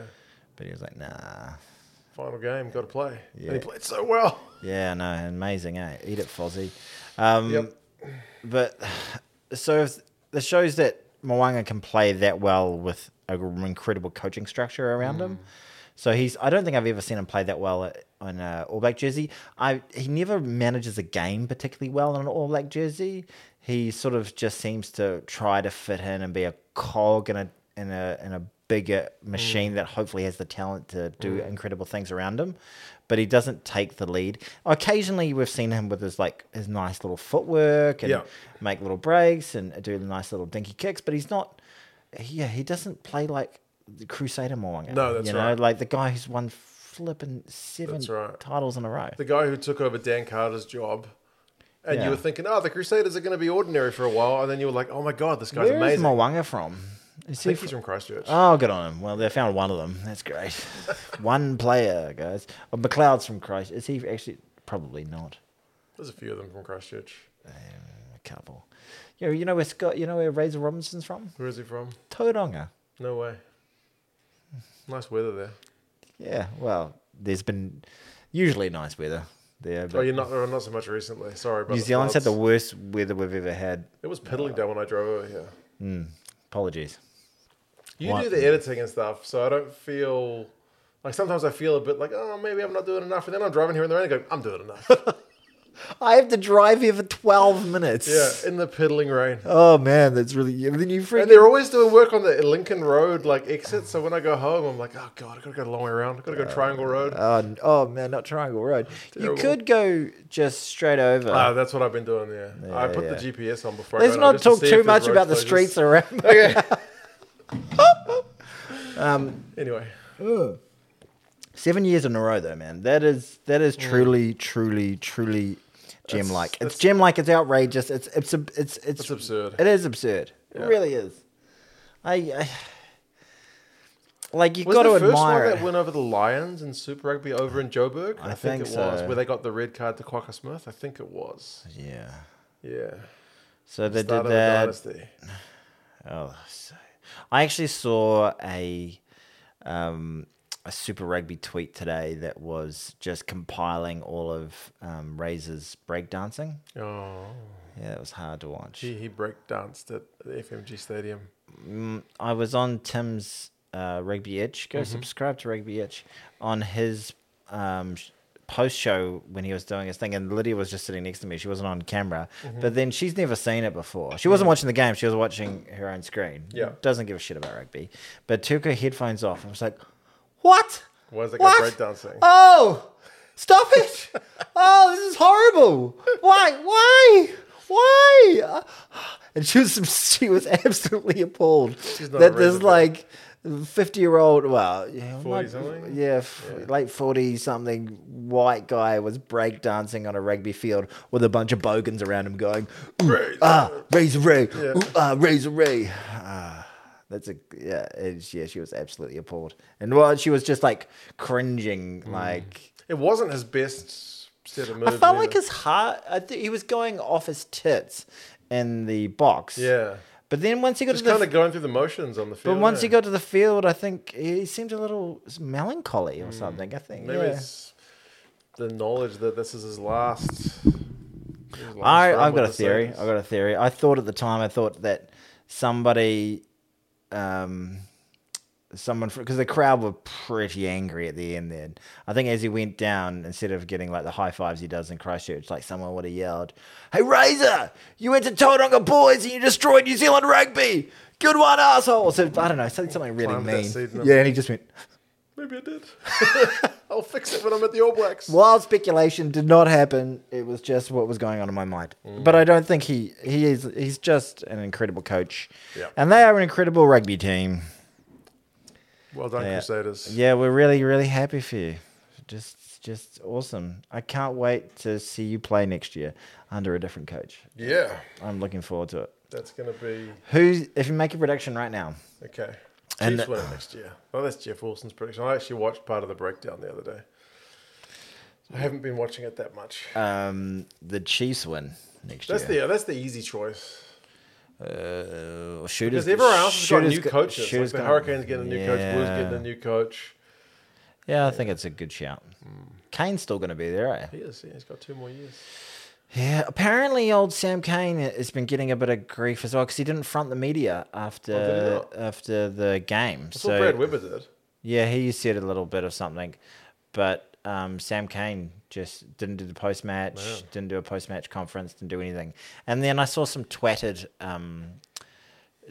C: but he was like, "Nah."
A: final game, got to play. And
C: Yeah.
A: he played so well.
C: Yeah, no, amazing, eh? Eat it, Fozzie. Um,
A: Yep.
C: But so if the shows that Mwanga can play that well with an incredible coaching structure around him. So he's. I don't think I've ever seen him play that well at, on a All Black jersey. I he never manages a game particularly well on an All Black jersey. He sort of just seems to try to fit in and be a cog in a in a in a bigger machine that hopefully has the talent to do incredible things around him. But he doesn't take the lead. Occasionally, we've seen him with his like his nice little footwork and
A: Yeah.
C: make little breaks and do the nice little dinky kicks, but he's not. Yeah, he doesn't play like the Crusader Mwanga.
A: No, that's
C: you know,
A: right.
C: like the guy who's won flipping seven
A: That's right.
C: titles in a row.
A: The guy who took over Dan Carter's job, and
C: Yeah.
A: you were thinking, "Oh, the Crusaders are going to be ordinary for a while," and then you were like, "Oh my God, this guy's
C: Where is
A: amazing."
C: Mwanga from? Is
A: I
C: he
A: think he's from Christchurch.
C: Oh, good on him. Well, they found one of them. That's great. <laughs> one player, guys. Oh, McLeod's from Christ. Is he actually? Probably not.
A: There's a few of them from Christchurch.
C: A couple. You know, you know where Scott. You know where Razor Robinson's from?
A: Where is he from?
C: Tauranga.
A: No way. Nice weather there.
C: Yeah. Well, there's been usually nice weather there. But
A: Oh, you're not oh, not so much recently. Sorry, but
C: New Zealand's had the worst weather we've ever had. Hmm.
A: It was piddling down when I drove over here.
C: Apologies.
A: You
C: Why-
A: do the editing and stuff, so I don't feel like sometimes I feel a bit like oh maybe I'm not doing enough, and then I'm driving here and there and I go I'm doing
C: <laughs>
A: enough. <laughs>
C: I have to drive here for twelve minutes.
A: yeah, in the piddling rain.
C: Oh man, that's really. yeah, Then you
A: And
C: freaking.
A: they're always doing work on the Lincoln Road like exit. So when I go home, I'm like, oh god, I gotta go the long way around. I gotta go Triangle Road.
C: <laughs> Oh, n- oh man, not Triangle Road.
A: Terrible.
C: You could go just straight over.
A: Ah, that's what I've been doing. Yeah, I put
C: yeah.
A: the GPS on before.
C: Let's
A: I go
C: not
A: just to
C: talk
A: see
C: too
A: if there's
C: much
A: road
C: about the
A: closures.
C: streets around.
A: <laughs>
C: <laughs>
A: Okay.
C: Um,
A: Anyway,
C: Seven years in a row, though, man. That is that is truly, truly, truly gem like. It's
A: Mm. that's-
C: gem like. It's outrageous. It's it's ab- it's it's,
A: It's absurd.
C: It is absurd. It
A: Yeah.
C: really is. I, I like you
A: was
C: got to
A: the first
C: admire
A: one
C: it.
A: that went over the Lions in Super Rugby over in Joburg?
C: I think
A: it was
C: so.
A: where they got the red card to Quacker Smith. I think it was.
C: yeah.
A: Yeah,
C: So they did
A: Start of a
C: that.
A: dynasty.
C: Oh, so I actually saw a um, a Super Rugby tweet today that was just compiling all of um, Razor's breakdancing.
A: Oh,
C: Yeah, it was hard to watch.
A: gee, he breakdanced at the FMG Stadium.
C: Mm, I was on Tim's uh, Rugby Itch. Go subscribe to Rugby Itch on his um, post show when he was doing his thing. And Lydia was just sitting next to me. She wasn't on camera. But then she's never seen it before. She wasn't watching the game. She was watching her own screen.
A: Yeah.
C: Doesn't give a shit about rugby. But took her headphones off and was like, what?
A: Why is that guy
C: What?
A: breakdancing?
C: Oh, stop it. oh, this is horrible. Why? Why? Why? Uh, And she was she was absolutely appalled
A: not
C: that
A: a
C: this
A: resident.
C: like fifty year old well yeah
A: 40
C: might-
A: something?
C: yeah, f- late forty something white guy was breakdancing on a rugby field with a bunch of bogans around him going "Ooh,
A: Razor."
C: ah razor ray
A: Yeah.
C: ooh, ah razor ray ah. That's a yeah, it's, yeah. She was absolutely appalled, and well, she was just like cringing,
A: Mm.
C: like
A: It wasn't his best set of moves.
C: I felt
A: either.
C: like his heart. I th- he was going off his tits in the box.
A: yeah,
C: But then once he got
A: just
C: to the
A: kind of going through the motions on the field.
C: but once
A: eh?
C: he got to the field, I think he seemed a little melancholy or something. I think
A: Mm. maybe
C: yeah.
A: it's the knowledge that this is his last. his last
C: I,
A: run
C: I've got
A: with
C: a
A: the
C: theory.
A: Saints.
C: I've got a theory. I thought at the time, I thought that somebody, um, someone, because the crowd were pretty angry at the end. Then I think as he went down, instead of getting like the high fives he does in Christchurch, like someone would have yelled, "Hey Razor, you went to Tauranga Boys and you destroyed New Zealand rugby. Good one, asshole." So I don't know, something, something really
A: Planted that seed in
C: mean.
A: him.
C: Yeah, and he just went.
A: Maybe I did. <laughs> I'll fix it when I'm at the All Blacks.
C: Wild speculation did not happen. It was just what was going on in my mind. But I don't think he he is he's just an incredible coach.
A: Yeah.
C: And they are an incredible rugby team.
A: Well done,
C: Yeah.
A: Crusaders.
C: Yeah, we're really really happy for you. Just just awesome. I can't wait to see you play next year under a different coach.
A: Yeah,
C: I'm looking forward to it.
A: that's gonna be
C: Who's if you make a prediction right now?
A: okay.
C: And-
A: Chiefs win it next year. Oh, that's Jeff Wilson's prediction. I actually watched part of the breakdown the other day. I haven't been watching it that much.
C: Um, the Chiefs win next
A: That's
C: year.
A: the that's the easy choice.
C: The, uh, shooters,
A: Because everyone else has got
C: Shooters
A: new
C: go-
A: coaches. Like
C: Shooters
A: the
C: go-
A: Hurricanes getting a new coach, Blues
C: Yeah.
A: getting a new coach.
C: Yeah, Hmm. I think it's a good shout. Kane's still going to be there, eh?
A: He is, yeah, he's got two more years.
C: Yeah, apparently old Sam Kane has been getting a bit of grief as well because he didn't front the media after
A: Oh, did he
C: after the game.
A: That's
C: so
A: what Brad Weber did.
C: yeah, he said a little bit of something, but um, Sam Kane just didn't do the post match, didn't do a post match conference, didn't do anything. And then I saw some twatted um,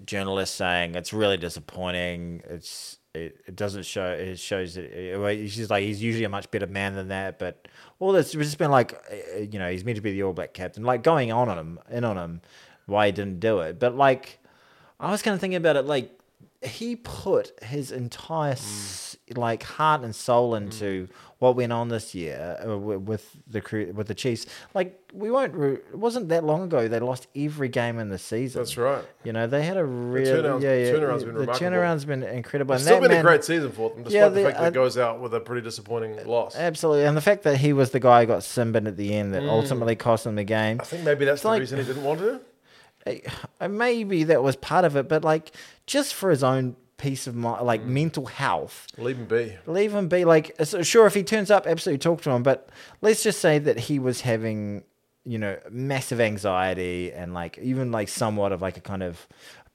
C: journalists saying it's really disappointing. It's it, it doesn't show. It shows that it, well, she's like he's usually a much better man than that. But all this it's just been like uh, you know he's meant to be the All Black captain, like going on on him in on him why he didn't do it. But like I was kind of thinking about it, like he put his entire s like heart and soul into what went on this year uh, wi- with the Cru- with the Chiefs. Like we won't. Re- it wasn't that long ago they lost every game in the season.
A: That's right.
C: You know they had a real
A: turnaround's-
C: yeah,
A: the
C: yeah,
A: turnaround's been
C: the
A: remarkable.
C: turnaround's been incredible.
A: It's
C: and
A: still
C: that
A: been a
C: man-
A: great season for them, despite
C: Yeah,
A: the
C: the-
A: fact that
C: I- Uh,
A: it goes out with a pretty disappointing loss.
C: Absolutely, and the fact that he was the guy who got simbin at the end that
A: Mm.
C: ultimately cost them the game.
A: I think maybe that's
C: It's
A: the
C: like-
A: reason he didn't want to.
C: Uh, maybe that was part of it, but like just for his own peace of mind,
A: Mm.
C: like mental health.
A: Leave him
C: <laughs>
A: be.
C: Leave him be. Like, so sure, if he turns up, absolutely talk to him. But let's just say that he was having, you know, massive anxiety and like even like somewhat of like a kind of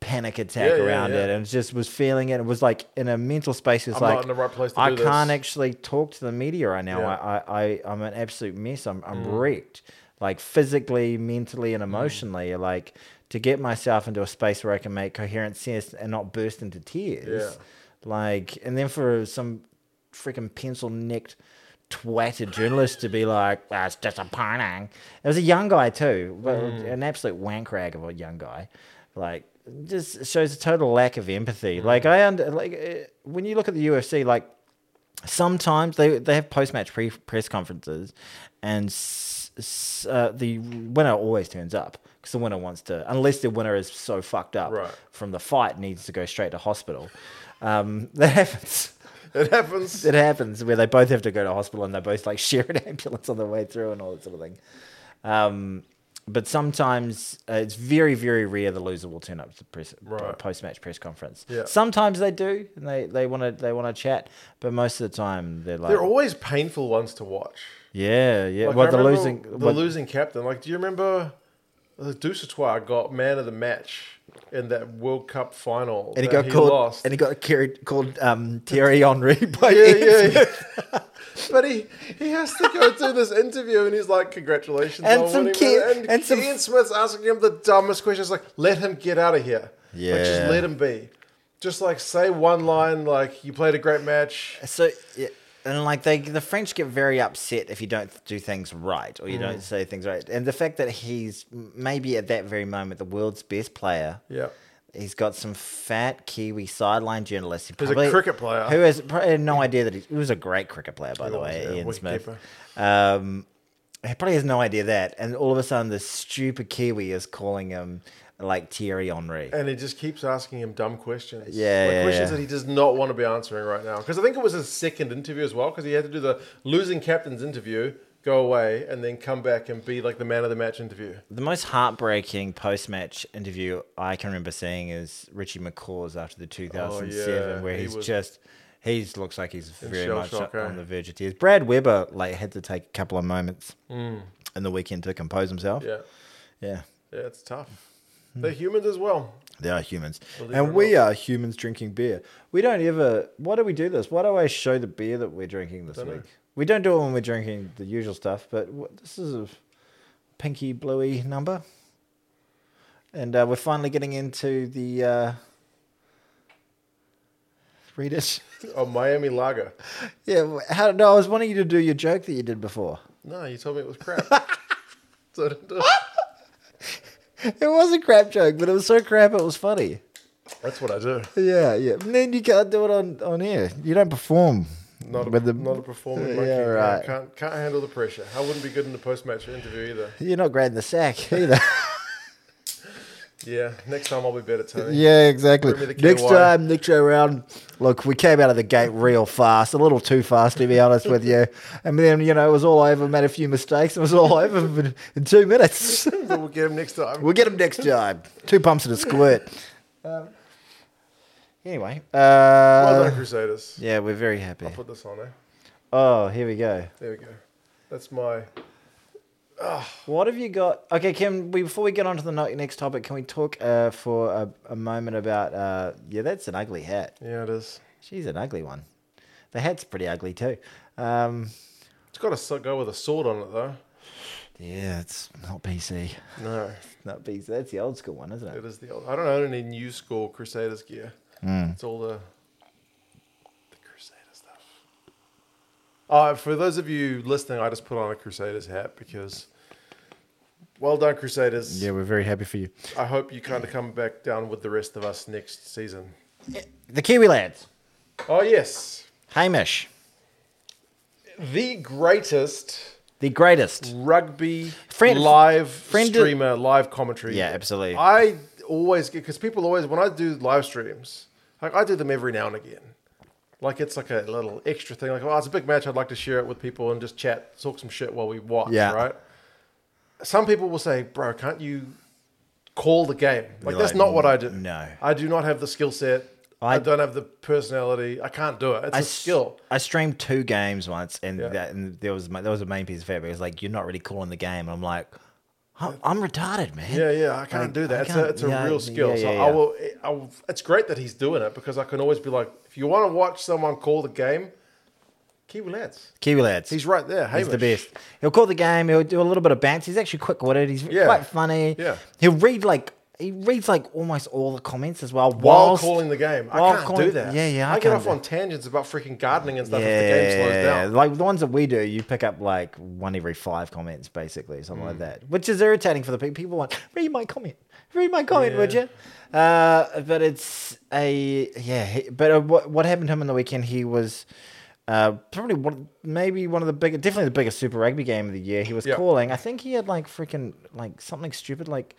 C: panic attack
A: Yeah, yeah,
C: around
A: yeah.
C: it, and just was feeling it. It was like in a mental space. It's
A: I'm
C: like
A: not in the right place to
C: I
A: do this."
C: can't actually talk to the media right now.
A: Yeah. Mm.
C: I, I, I, I'm an absolute mess. I'm, I'm wrecked, like physically, mentally, and emotionally. Like to get myself into a space where I can make coherent sense and not burst into tears.
A: Yeah.
C: Like, and then for some freaking pencil necked twatted journalist to be like, that's disappointing. It was a young guy, too, but an absolute wank rag of a young guy. Like, just shows a total lack of empathy. Like, I under, like, eh, when you look at the UFC, like, sometimes they, they have post match pre- press conferences, and s- s- uh, the winner always turns up because the winner wants to, unless the winner is so fucked up
A: Right.
C: from the fight, needs to go straight to hospital. Um, <laughs> that happens.
A: It happens.
C: It happens where they both have to go to hospital and they both like <laughs> share an ambulance on the way through and all that sort of thing. Um, but sometimes uh, it's very, very rare the loser will turn up to the press,
A: Right.
C: post-match press conference.
A: Yeah.
C: Sometimes they do, and they they want to they want to chat, but most of the time they're like,
A: They're always painful ones to watch.
C: yeah, yeah.
A: Like,
C: well,
A: I
C: the
A: remember
C: losing,
A: the
C: well,
A: losing captain. Like, do you remember the Dusatoir got man of the match in that World Cup final
C: and he
A: that
C: got called,
A: lost?
C: and he got carried, called um,
A: <laughs>
C: Thierry Henry <laughs> by
A: yeah, yeah, yeah. <laughs> but he he has to go do this interview, and he's like, "Congratulations!"
C: And
A: on
C: some
A: winning."
C: kid-
A: and,
C: and some-
A: Ian Smith's asking him the dumbest questions, like, "Let him get out of here. like,
C: Yeah.
A: just let him be. Just like say one line, like you played a great match."
C: So, yeah, and like they, the French get very upset if you don't do things right or you
A: Mm.
C: don't say things right. And the fact that he's maybe at that very moment the world's best player.
A: Yeah,
C: He's got some fat Kiwi sideline journalist. Who's
A: a cricket player.
C: Who has probably had no idea that he, he was a great cricket player, by the
A: was,
C: way,
A: yeah,
C: Ian Smith.
A: wicketkeeper.
C: Um, he probably has no idea that. And all of a sudden, this stupid Kiwi is calling him like Thierry Henry.
A: and he just keeps asking him dumb questions.
C: Yeah,
A: like
C: yeah,
A: questions
C: yeah.
A: that he does not want to be answering right now. Because I think it was his second interview as well. Because he had to do the losing captain's interview, go away, and then come back and be like the man of the match interview.
C: The most heartbreaking post match interview I can remember seeing is Richie McCaw's after the 2007,
A: Oh, yeah,
C: where
A: he
C: he's
A: was-
C: just. He looks like he's very
A: shell
C: much
A: shock, eh?
C: on the verge of tears. Brad Weber like had to take a couple of moments in the weekend to compose himself.
A: Yeah,
C: yeah.
A: yeah, it's tough.
C: Hmm.
A: They're humans as well.
C: They are humans.
A: Believe it or
C: And we are humans drinking beer. We don't ever. Why do we do this? Why do I show the beer that we're drinking this week? We don't do it when we're drinking the usual stuff, but w- this is a pinky bluey number. And uh, we're finally getting into the. Uh, read it.
A: Oh, Miami Lager.
C: <laughs> yeah. w- How, no, I was wanting you to do your joke that you did before. <laughs>
A: No, you told me it was crap. so I didn't do it.
C: It was a crap joke, but it was so crap it was funny.
A: That's what I do.
C: Yeah, yeah. And then you can't do it on, on air. You don't perform.
A: Not a,
C: with the-
A: not a performing
C: Yeah,
A: monkey.
C: right.
A: Can't, can't handle the pressure. I wouldn't be good in the post match interview either.
C: You're not grading
A: <laughs>
C: the sack either.
A: Yeah, next time I'll be better, Tony.
C: <laughs> yeah, exactly.
A: Bring me the
C: Next
A: KY.
C: time, next show round, look, we came out of the gate real fast, a little too fast, to be honest with you. And then, you know, it was all over, made a few mistakes, it was all over <laughs> in, in two minutes. <laughs>
A: But <laughs> we'll get him next time.
C: we'll get him next time. Two pumps and a squirt. Um, anyway. Uh,
A: well done, Crusaders.
C: yeah, we're very happy.
A: Put this on, eh?
C: Oh, here we go.
A: There we go. That's my.
C: What have you got? Okay, Kim. We, before we get on to the no- next topic, can we talk uh, for a, a moment about? Uh, yeah, that's an ugly hat.
A: Yeah, it is.
C: She's an ugly one. The hat's pretty ugly too. Um,
A: It's got to go with a sword on it, though.
C: yeah, it's not PC.
A: No,
C: <laughs> Not PC. That's the old school one, isn't it?
A: it is the old. I don't own any new school Crusaders gear. It's all the the Crusader stuff. Uh, for those of you listening, I just put on a Crusaders hat because. Well done, Crusaders.
C: Yeah, we're very happy for you.
A: I hope you kind of come back down with the rest of us next season.
C: The Kiwi lads,
A: Oh yes,
C: Hamish.
A: the greatest
C: The greatest.
A: rugby
C: Friend-
A: live
C: friend-
A: streamer, live commentary.
C: Yeah, absolutely.
A: I always get because people always when I do live streams, like I do them every now and again. Like it's like a little extra thing. Like, oh, it's a big match. I'd like to share it with people and just chat, talk some shit while we watch.
C: Yeah.
A: Right. Some people will say, "Bro, can't you call the game?" Like
C: You're
A: that's
C: like,
A: not what I do.
C: no.
A: I do not have the skill set. I,
C: I-
A: don't have the personality. I can't do it. It's a
C: I s-
A: skill.
C: I streamed two games once, and,
A: Yeah.
C: that, and there was my, there was a main piece of feedback. It was like, "You're not really calling the game." And I'm like, "I'm, I'm retarded, man."
A: Yeah, yeah, I can't do
C: I
A: that. It's a,
C: can't-
A: it's a
C: yeah,
A: real
C: yeah,
A: skill. so
C: yeah,
A: I
C: yeah.
A: will. I will. It's great that he's doing it because I can always be like, if you want to watch someone call the game, Kiwi lads,
C: Kiwi lads.
A: he's right there. Hamish.
C: He's the best. He'll call the game. He'll do a little bit of bounce. He's actually quick witted. He's
A: Yeah.
C: quite funny.
A: Yeah.
C: He'll read like he reads like almost all the comments as well
A: While
C: whilst-
A: calling the game, I
C: while
A: can't
C: calling-
A: do that.
C: Yeah, yeah.
A: I, get
C: can't
A: off
C: do-
A: on tangents about freaking gardening and stuff
C: yeah,
A: if the game slows down.
C: like the ones that we do, you pick up like one every five comments, basically, something
A: Hmm.
C: like that, which is irritating for the people. People want read my comment, read my comment, would
A: Yeah.
C: you? Uh, but it's a yeah. He, but uh, what what happened to him in the weekend? He was uh, probably one, maybe one of the biggest, definitely the biggest Super Rugby game of the year. He was
A: Yeah.
C: calling. I think he had like freaking like something stupid like.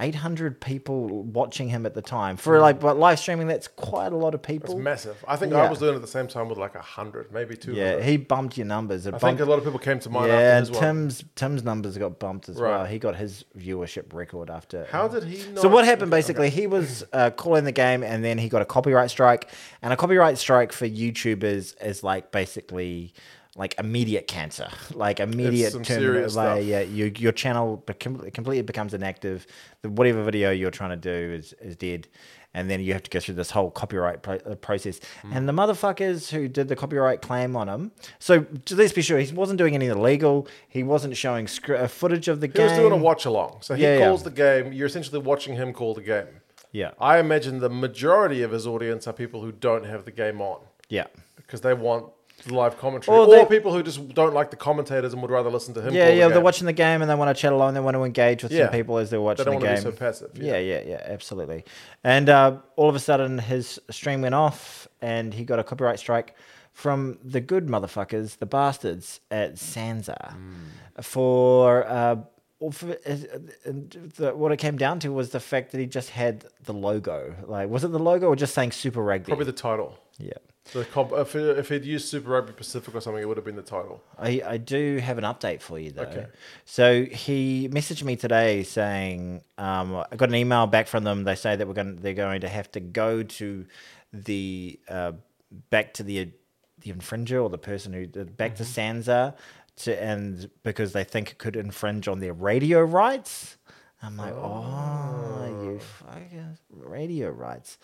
C: 800 people watching him at the time for like but live streaming that's quite a lot of people
A: It's Hmm. massive. I think I
C: Yeah.
A: was doing it at the same time with like hundred, maybe two.
C: yeah he bumped your numbers It
A: I
C: bumped-
A: think a lot of people came to mind
C: yeah,
A: after his
C: and
A: one.
C: Tim's Tim's numbers got bumped as
A: Right.
C: well. He got his viewership record after.
A: How did he? Not
C: so what happened
A: Okay, okay.
C: basically? He was uh, calling the game, and then he got a copyright strike. And a copyright strike for YouTubers is like basically like immediate cancer, like immediate
A: some
C: term-
A: serious
C: like,
A: stuff.
C: Yeah, your your channel becom- completely becomes inactive. The, whatever video you're trying to do is is dead. And then you have to go through this whole copyright pro- uh, process.
A: Hmm.
C: And the motherfuckers who did the copyright claim on him. So to- let's be sure, he wasn't doing anything illegal. He wasn't showing scr- uh, footage of the
A: He
C: game.
A: was doing a watch along. So he
C: Yeah, yeah.
A: calls the game. You're essentially watching him call the game.
C: Yeah.
A: I imagine the majority of his audience are people who don't have the game on
C: Yeah.
A: because they want the live commentary, or,
C: Or they-
A: people who just don't like the commentators and would rather listen to him.
C: Yeah,
A: call
C: yeah.
A: the
C: They're
A: game.
C: watching the game and they want to chat along. They want to engage with
A: Yeah.
C: some people as they're
A: They
C: watching
A: don't
C: the
A: want
C: game.
A: to be so passive.
C: yeah, yeah, yeah, absolutely. And uh, all of a sudden, his stream went off, and he got a copyright strike from the good motherfuckers, the bastards at Sansa,
A: Mm.
C: for. Uh, or for, uh, uh, the, what it came down to was the fact that he just had the logo. Like, was it the logo or just saying Super Rugby?
A: Probably the title.
C: yeah.
A: The comp- if, if he'd used Super Rugby Pacific or something, it would have been the title.
C: I, I do have an update for you though. So he messaged me today saying um, I got an email back from them. They say that we're going they're going to have to go to the uh, back to the uh, the infringer or the person who back to Sansa to and because they think it could infringe on their radio rights. I'm like, oh, you fucking radio rights.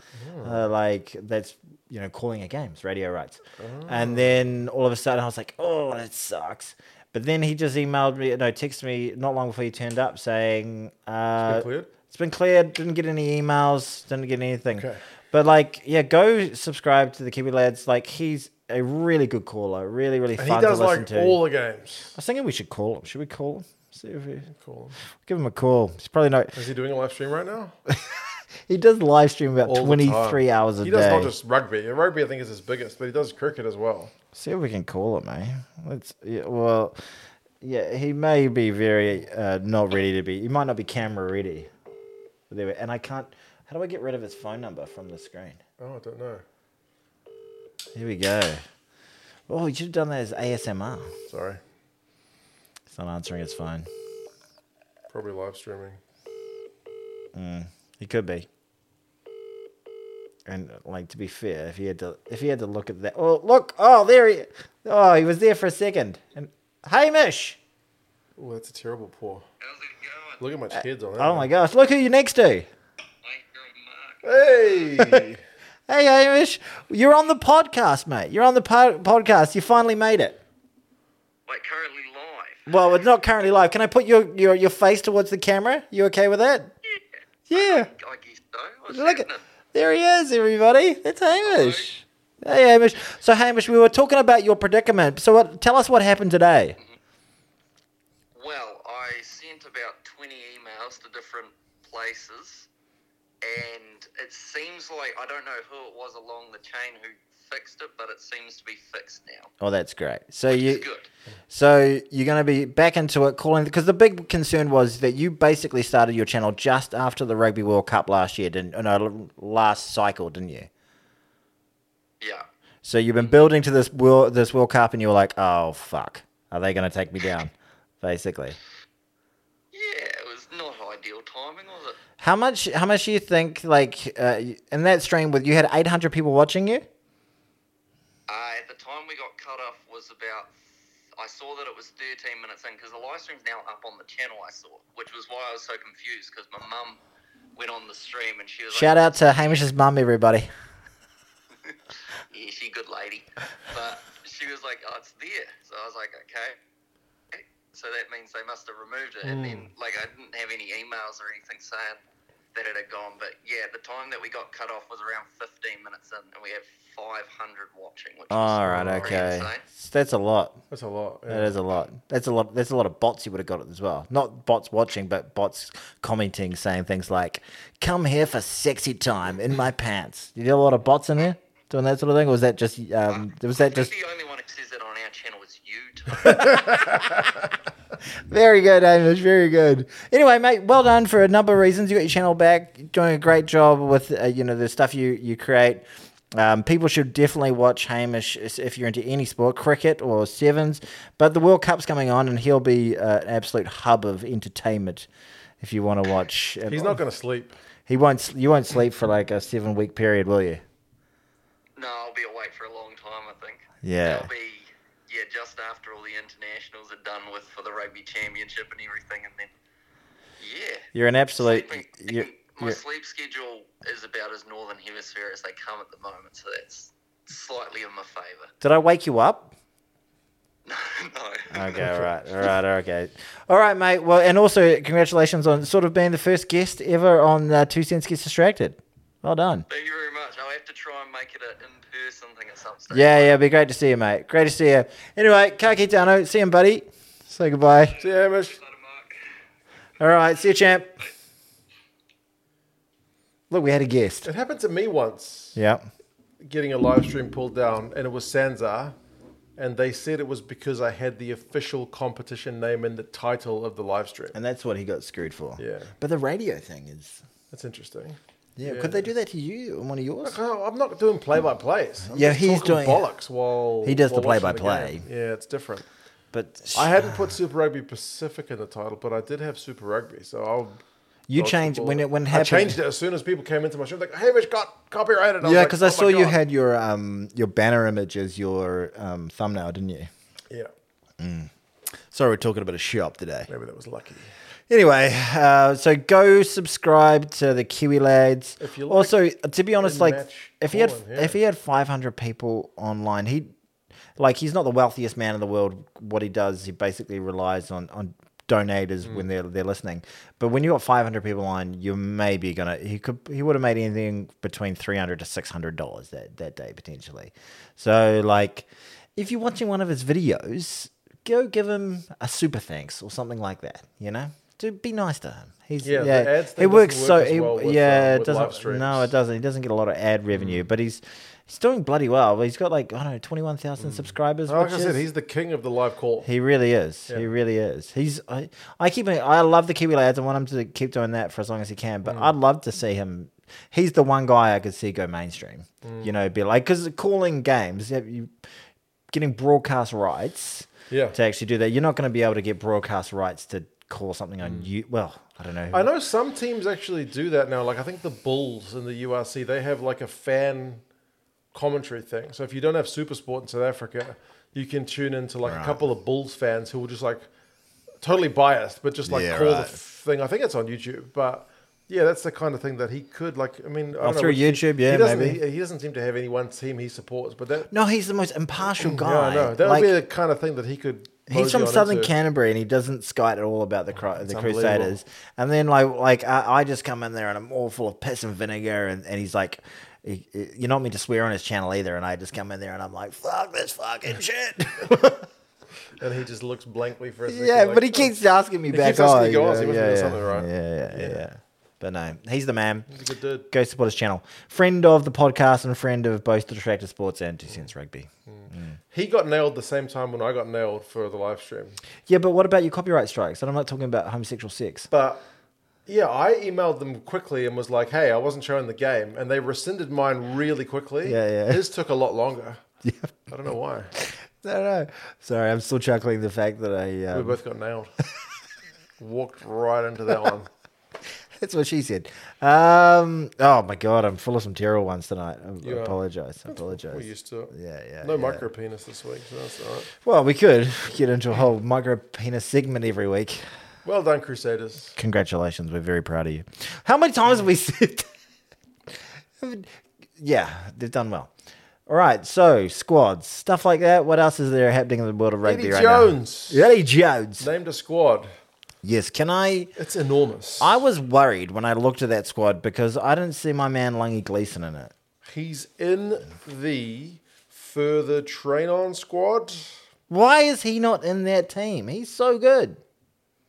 C: Uh,
A: Hmm.
C: like, that's, you know, calling a game's radio rights.
A: Oh.
C: And then all of a sudden I was like, oh, that sucks. But then he just emailed me, no, texted me not long before he turned up saying, uh,
A: cleared?
C: It's been cleared. Didn't get any emails. Didn't get anything.
A: Okay.
C: But like, yeah, go subscribe to the Kiwi Lads. Like, he's a really good caller. Really, really
A: And
C: fun
A: he does
C: to listen
A: like
C: to.
A: all the games.
C: I was thinking we should call him. Should we call him? See if we
A: Call him.
C: give him a call. He's probably not.
A: Is he doing a live stream right now?
C: He does live stream about
A: All the time.
C: twenty three hours a
A: He
C: day.
A: does not just rugby. Rugby, I think, is his biggest, but he does cricket as well.
C: See if we can call him, eh? Let's. Yeah, well, yeah, he may be very uh, not ready to be. He might not be camera ready. But there we- And I can't. How do I get rid of his phone number from the screen?
A: Oh, I don't know.
C: Here we go. Oh, you should have done that as ASMR.
A: Sorry.
C: It's not answering his phone.
A: Probably live streaming.
C: He could be. And like to be fair, if he had to, if he had to look at that, oh look, oh there he, oh he was there for a second. And Hamish,
A: Oh, that's a terrible pour.
D: How's it going?
A: Look how much heads on that.
C: oh my gosh, look who you're next to.
D: Mike or Mark?
C: <laughs>
A: Hey!
C: Hey Hamish, you're on the podcast, mate. You're on the po- podcast. You finally made it.
D: Like currently live.
C: Well, it's not currently live. Can I put your your, your face towards the camera? You okay with that? Yeah.
D: I guess so. What's
C: Look at
D: happening?
C: there he is, everybody. That's Hamish. Hey Hamish. So Hamish, we were talking about your predicament. So what, tell us what happened today.
D: Well, I sent about 20 emails to different places, and it seems like I don't know who it was along the chain who fixed it, but it seems to be fixed now.
C: Oh, that's great. So you,
D: It's good.
C: so you're going to be back into it, calling because the big concern was that you basically started your channel just after the Rugby World Cup last year, didn't? oh, No, last cycle, didn't you?
D: Yeah.
C: So you've been building to this world, this World Cup, and you were like, "Oh fuck, are they going to take me <laughs> down?" Basically,
D: Yeah, it was not ideal timing, was it?
C: how much, how much do you think? Like uh, in that stream, with you had 800 people watching you.
D: Uh, at the time we got cut off was about. I saw that it was 13 minutes in because the live stream's now up on the channel I saw, which was why I was so confused because my mum went on the stream and she was
C: Shout
D: like,
C: out to Hamish's mum, everybody.
D: Yeah, she good
C: <laughs>
D: lady. But she was like, oh, it's there. So I was like, okay. So that means they must have removed it. And then,
C: Hmm.
D: like, I didn't have any emails or anything saying that it had gone. But yeah, the time that we got cut off was around 15 minutes in, and we had 500 watching, which
C: All
D: was
C: right,
D: pretty
C: okay,
D: insane.
C: that's a lot.
A: That's a lot.
C: That is a lot. That's a lot. That's a lot of bots you would have got as well. Not bots watching, but bots commenting, saying things like "Come here for sexy time in my pants." Did you get a lot of bots in there doing that sort of thing, or was that just um, was that
D: I think
C: just
D: the only one who says that on our channel is you. Tom.
C: <laughs> Very good, Amish. Very good. Anyway, mate, well done for a number of reasons. You got your channel back. You're doing a great job with uh, you know the stuff you you create. Um, people should definitely watch Hamish if if you're into any sport, cricket or sevens. But the World Cup's coming on, and he'll be uh, an absolute hub of entertainment. If you want to watch,
A: He's not going to sleep.
C: He won't. s- You won't sleep for like a seven week period, will you?
D: no, I'll be awake for a long time, I think.
C: Yeah.
D: I'll be, yeah, just after all the internationals are done with for the rugby championship and everything. And then, yeah.
C: You're an absolute.
D: Sleeping-
C: You're,
D: my
C: you're-
D: sleep schedule is about as northern hemisphere as they come at the moment, so that's slightly in my favour. <laughs>
C: did I wake you up?
D: No, no.
C: Okay, all right, all right, okay, all right, mate. Well, and also congratulations on sort of being the first guest ever on uh, Two Cents Gets Distracted. Well done.
D: Thank you very much. I'll have to try and make it an in-person thing at some stage.
C: Yeah, yeah, it'd be great to see you, mate. Great to see you. Anyway, Kakitano, see him, buddy. Say goodbye.
A: See you, Hamish.
D: Later, Mark.
C: All right, see you, champ. Look, we had a guest.
A: It happened to me once
C: Yeah.
A: getting a live stream pulled down, and it was Sansa. And they said it was because I had the official competition name in the title of the live stream.
C: And that's what he got screwed for.
A: Yeah.
C: But the radio thing is.
A: That's interesting.
C: Yeah,
A: Yeah.
C: could they do that to you on one of yours?
A: Oh, I'm not doing play by plays.
C: Yeah, he's doing-
A: bollocks while
C: He does the
A: while watching
C: play-by-play.
A: game. Yeah, it's different.
C: But
A: I hadn't put Super Rugby Pacific in the title, but I did have Super Rugby, so I'll.
C: you
A: dodge the
C: changed when
A: bullet.
C: it when it
A: I
C: happened.
A: changed it as soon as people came into my show. Like, Hamish got copyrighted. was
C: yeah,
A: like,
C: because
A: "Oh
C: I
A: my
C: saw you
A: God."
C: had your um your banner image as your um, thumbnail, didn't you?
A: Yeah,
C: Sorry, we're talking about a shop today.
A: maybe that was lucky.
C: Anyway, uh, so go subscribe to the Kiwi Lads.
A: If you like
C: also, uh, to be honest, like
A: in-match
C: if he had
A: calling, yeah.
C: if he had five hundred people online, he like he's not the wealthiest man in the world. What he does, he basically relies on on donators
A: Mm.
C: when they're they're listening. But when you got five hundred people on, you're maybe gonna he could he would have made anything between three hundred to six hundred dollars that that day potentially. So like, if you're watching one of his videos, go give him a super thanks or something like that. You know, do be nice to him. He's
A: Yeah,
C: yeah,
A: the ads
C: he
A: thing
C: works
A: doesn't
C: so
A: work as
C: he-
A: well with,
C: yeah
A: um,
C: it
A: with live
C: doesn't
A: streams.
C: no it doesn't he doesn't get a lot of ad
A: Mm.
C: revenue but he's he's doing bloody well he's got like I don't know twenty one thousand subscribers
A: Mm. Like
C: which
A: I said,
C: is-
A: he's the king of the live call.
C: he really is he really is he's I, I keep I love the Kiwi lads I want him to keep doing that for as long as he can
A: Mm.
C: but I'd love to see him. He's the one guy I could see go mainstream,
A: Mm.
C: you know, be like because calling games, yeah, you getting broadcast rights
A: Yeah.
C: to actually do that. You're not going to be able to get broadcast rights to call something on you. Well, I don't know.
A: Mm. I know some teams actually do that now. Like I think the Bulls in the URC, they have like a fan commentary thing. So if you don't have SuperSport in South Africa, you can tune into like a couple of Bulls fans who will just like totally biased, but just like
C: Yeah,
A: call
C: right.
A: the thing. I think it's on YouTube, but yeah, that's the kind of thing that he could like. I mean, I don't know
C: Oh, through
A: what team-
C: YouTube, yeah,
A: he doesn't,
C: maybe.
A: He, he doesn't seem to have any one team he supports, but that
C: No, he's the most impartial
A: yeah,
C: guy.
A: I know that
C: Like,
A: would be the kind of thing that he could.
C: he's
A: mosey
C: from
A: on
C: Southern
A: into.
C: Canterbury, and he doesn't skite at all about the cru- the
A: unbelievable.
C: Crusaders. And then like like I, I just come in there and I'm all full of piss and vinegar, and, and he's like, he- he- "You're not meant to swear on his channel either." And I just come in there and I'm like, "Fuck
A: <laughs>
C: this fucking <laughs> shit."
A: and he just looks blankly for a second.
C: yeah,
A: like,
C: but he keeps asking me back
A: keeps asking
C: on.
A: you guys,
C: yeah,
A: he must have
C: yeah,
A: done something right.
C: yeah, yeah, yeah. But no, he's the man.
A: He's a good dude.
C: Go support his channel. Friend of the podcast and friend of both the Tractor Sports and Two Cents Rugby.
A: He got nailed the same time when I got nailed for the live stream.
C: Yeah, but what about your copyright strikes? And I'm not talking about homosexual sex.
A: But yeah, I emailed them quickly and was like, "Hey, I wasn't showing the game," and they rescinded mine really quickly.
C: Yeah, yeah.
A: His took a lot
C: <laughs>
A: longer. Yeah, I don't know why.
C: No, no. Sorry, I'm still chuckling the fact that I.
A: We
C: Um,
A: both got
C: <laughs>
A: nailed. Walked right into that one.
C: that's what she said. Um, oh my god, I'm full of some terrible ones tonight. I, I
A: are.
C: apologize. I apologize.
A: We're used to it.
C: Yeah, yeah.
A: No
C: yeah.
A: micro penis this week, so that's all right.
C: Well, we could get into a whole micro penis segment every week.
A: Well done, Crusaders.
C: Congratulations, we're very proud of you. How many times have we said? yeah, they've done well. All right, so squads, stuff like that. What else is there happening in the world of rugby
A: Eddie
C: right
A: Jones.
C: now? Eddie Jones.
A: Named a squad.
C: Yes, can I?
A: It's enormous.
C: I was worried when I looked at that squad because I didn't see my man Lungy Gleason in it.
A: He's in the further train on squad,
C: Why is he not in that team? He's so good.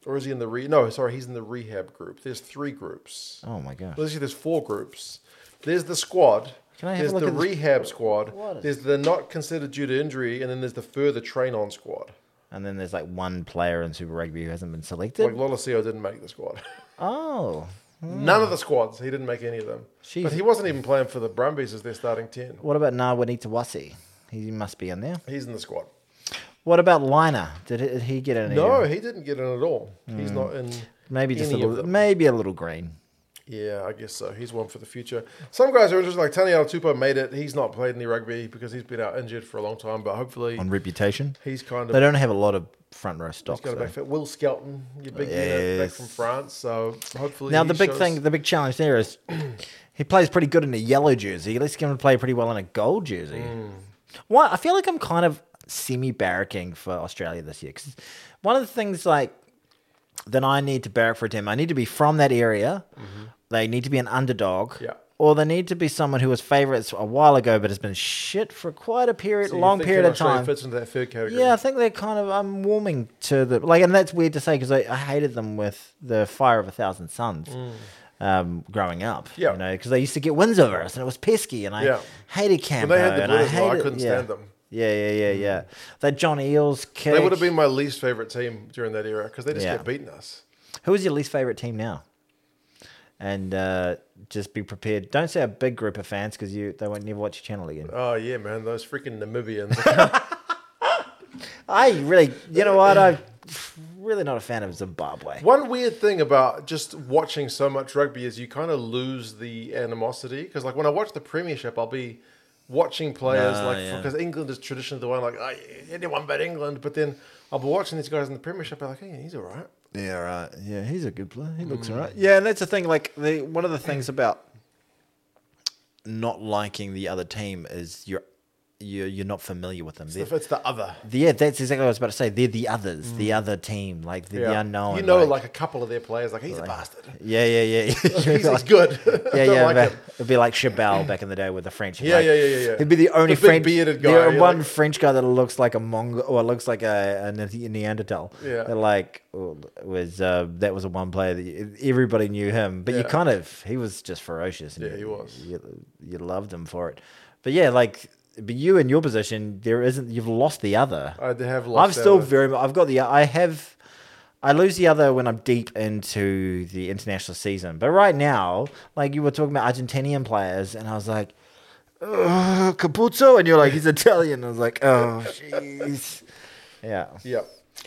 A: or is he in the re? No, sorry, he's in the rehab group. There's three groups.
C: Oh my gosh.
A: Well, actually, there's four groups. There's the squad.
C: Can I have a
A: there's
C: look
A: the
C: at this-
A: rehab squad.
C: What is-
A: There's the not considered due to injury, and then there's the further train on squad.
C: And then there's like one player in Super Rugby who hasn't been
A: Like
C: selected.
A: Lolasio didn't make the squad. <laughs>
C: Oh.
A: None of the squads. He didn't make any of them.
C: Jeez.
A: But he wasn't even playing for the Brumbies as their starting ten.
C: What about Nawani Tawasi? He must be in there.
A: He's in the squad.
C: What about Liner? Did, he- did he get in?
A: No,
C: either?
A: he didn't get in at all. He's not in.
C: Hmm. maybe just a
A: any of
C: little,
A: them.
C: maybe a little green.
A: Yeah, I guess so. He's one for the future. Some guys are interested, like Tony Alatupo made it. He's not played any rugby because he's been out injured for a long time, but hopefully
C: On reputation,
A: he's kind
C: they
A: of
C: don't have a lot of front row stock.
A: got a
C: so-
A: back fit. Will Skelton, your big unit, back
C: Yes.
A: from France. So hopefully.
C: Now
A: he
C: the big
A: shows-
C: thing, the big challenge there is, <clears throat> he plays pretty good in a yellow jersey. Let's get him to play pretty well in a gold jersey.
A: Hmm.
C: What I feel like I'm kind of semi barracking for Australia this year 'cause one of the things like that I need to barrack for a team, I need to be from that area. They need to be an underdog.
A: Mm-hmm. Yeah.
C: Or they need to be someone who was favourites a while ago, but has been shit for quite a period,
A: So you
C: long
A: think
C: period of
A: Australia
C: time.
A: fits into that third category.
C: Yeah, I think they're kind of. I'm warming to the like, and that's weird to say because I, I hated them with the Fire of a Thousand Suns, um, growing up.
A: Mm. Yeah.
C: you know, because they used to get wins over us, and it was pesky, and I
A: Yeah.
C: hated Cam.
A: When they had the
C: and I
A: Blues, well, I
C: hated-
A: couldn't
C: yeah.
A: stand them. Mm.
C: Yeah, yeah, yeah, yeah. That John Eels kick.
A: They would have been my least favorite team during that era because they just
C: Yeah.
A: kept beating us.
C: Who is your least favorite team now? And uh, just be prepared. Don't say a big group of fans because you they won't never watch your channel again.
A: Oh yeah, man, those freaking Namibians.
C: I really, you know what? I'm really not a fan of Zimbabwe.
A: One weird thing about just watching so much rugby is you kind of lose the animosity because, like, when I watch the Premiership, I'll be watching players
C: Ah,
A: like
C: yeah.
A: because England is traditionally the one like oh, anyone but England, but then I'll be watching these guys in the Premiership. I'm like, hey, he's all right.
C: Yeah, right. Uh, Yeah, he's a good player. He
A: Mm.
C: looks alright. <laughs> Yeah, and that's the thing. Like the one of the things about not liking the other team is you're you're, you're not familiar with them. They're-
A: If it's the other,
C: yeah, that's exactly what I was about to say. They're the others, the other team, like the, the
A: Mm. Yeah.
C: unknown.
A: you know, like, a couple of their players, like he's a bastard.
C: <laughs>
A: <laughs>
C: yeah, yeah, yeah. You're
A: He's, he's
C: like-
A: good. <laughs>
C: Yeah,
A: Don't
C: yeah,
A: like
C: but
A: him.
C: it'd be like Chabal back in the day with the French.
A: Yeah,
C: like,
A: yeah, yeah, yeah, yeah.
C: He'd be the only
A: big
C: French
A: bearded
C: the
A: guy, you're
C: one
A: like-
C: French guy that looks like a Mongol or looks like a, a Ne- Neanderthal.
A: Yeah.
C: That, like oh, was uh, that was a one player that you, everybody knew him, but you
A: Yeah.
C: kind of he was just ferocious. and
A: Yeah,
C: you-
A: he was.
C: You, you loved him for it, but yeah, like but you in your position, there isn't. You've lost the other.
A: I have lost.
C: I've
A: that
C: still
A: one.
C: very much. I've got the. I have. I lose the other when I'm deep into the international season. But right now, like you were talking about Argentinian players, and I was like, "Ugh, Capuzzo, and you're like, he's Italian. I was like, oh, jeez. Yeah.
A: Yeah.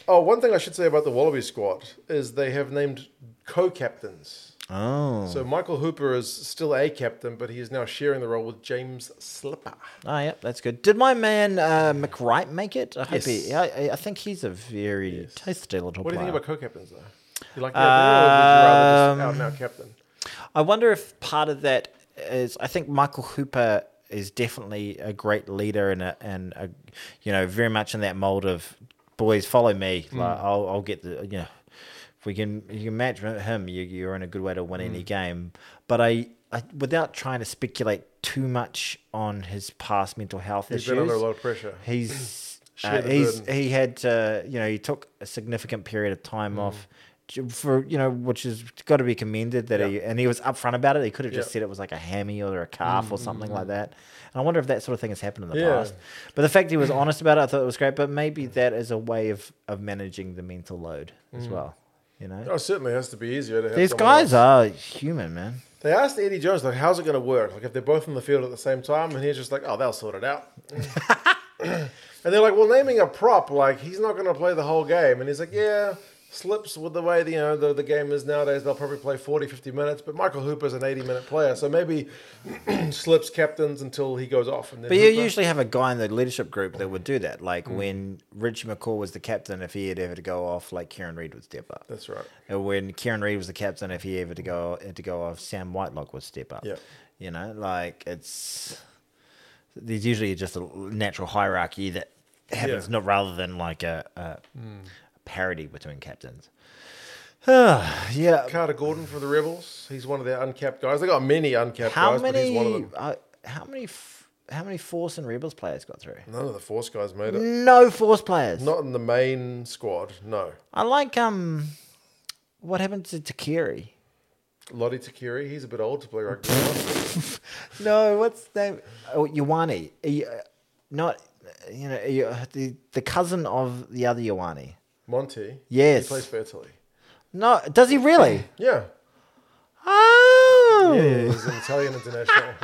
A: Oh, one thing I should say about the Wallaby squad is they have named co-captains.
C: Oh.
A: So Michael Hooper is still a captain, but he is now sharing the role with James Slipper.
C: oh, yeah, that's good. Did my man uh, McWright make it? I hope
A: Yes.
C: he. I, I- I think he's a very
A: Yes.
C: tasty little
A: What do
C: player.
A: you think about co-captains though? You like the idea, or would you rather just out and out captain?
C: I wonder if part of that is I think Michael Hooper is definitely a great leader and a, and a, you know very much in that mold of boys follow me
A: Hmm.
C: like I'll, I'll get the you know if we can you can match him you, you're in a good way to win any
A: Hmm.
C: game but I, I without trying to speculate too much on his past mental health
A: He's
C: issues
A: been under a lot of pressure. <clears throat>
C: he's uh,
A: Share the
C: he's
A: burden. Mm.
C: he had uh, you know he took a significant period of time off for you know, which is got to be commended that
A: Yeah.
C: he and he was upfront about it. He could have just
A: Yeah. Mm.
C: said it was like a hammy or a calf or something like that. And I wonder if that sort of thing has happened in the
A: Yeah. Mm.
C: past. But the fact he
A: <clears throat>
C: was honest about it, I thought it was great. But maybe that is a way of of managing the mental load as well. You know,
A: Oh, certainly has to be easier to have
C: these
A: someone
C: guys
A: else.
C: are human, man.
A: They asked Eddie Jones, like, how's it going to work? Like, if they're both in the field at the same time, and he's just like, oh, they'll sort it
C: <laughs>
A: out. and they're like, well, naming a prop, like, he's not going to play the whole game. And he's like, yeah, slips with the way, the, you know, the, the game is nowadays. They'll probably play 40, 50 minutes. But Michael Hooper's an 80-minute player, so maybe <clears throat> slips captains until he goes off. And then
C: But you
A: Hooper-
C: usually have a guy in the leadership group that would do that. Like
A: Mm.
C: when Richie McCaw was the captain, if he had ever to go off, like Kieran Reid would step up.
A: That's right.
C: And when Kieran Reid was the captain, if he ever to go had to go off, Sam Whitelock would step up.
A: Yeah.
C: You know, like it's there's usually just a natural hierarchy that happens,
A: Yeah. Mm.
C: not rather than like a, a parody between captains. <sighs> yeah.
A: Carter Gordon for the Rebels. He's one of their uncapped guys. They got many uncapped
C: How
A: guys, but he's one of
C: many?
A: them.
C: Uh, how many? F- how many Force and Rebels players got through?
A: None of the Force guys made it.
C: No Force players.
A: Not in the main squad, no.
C: I like um, what happened to Takiri?
A: Lottie Takiri, he's a bit old to play rugby. now.
C: No, what's his name? Oh, Ioane. Y- uh, Not you know y- uh, the the cousin of the other Ioane.
A: Monty.
C: Yes.
A: He plays for Italy.
C: No, does he really?
A: Yeah.
C: Oh,
A: Yeah, yeah, he's an Italian international.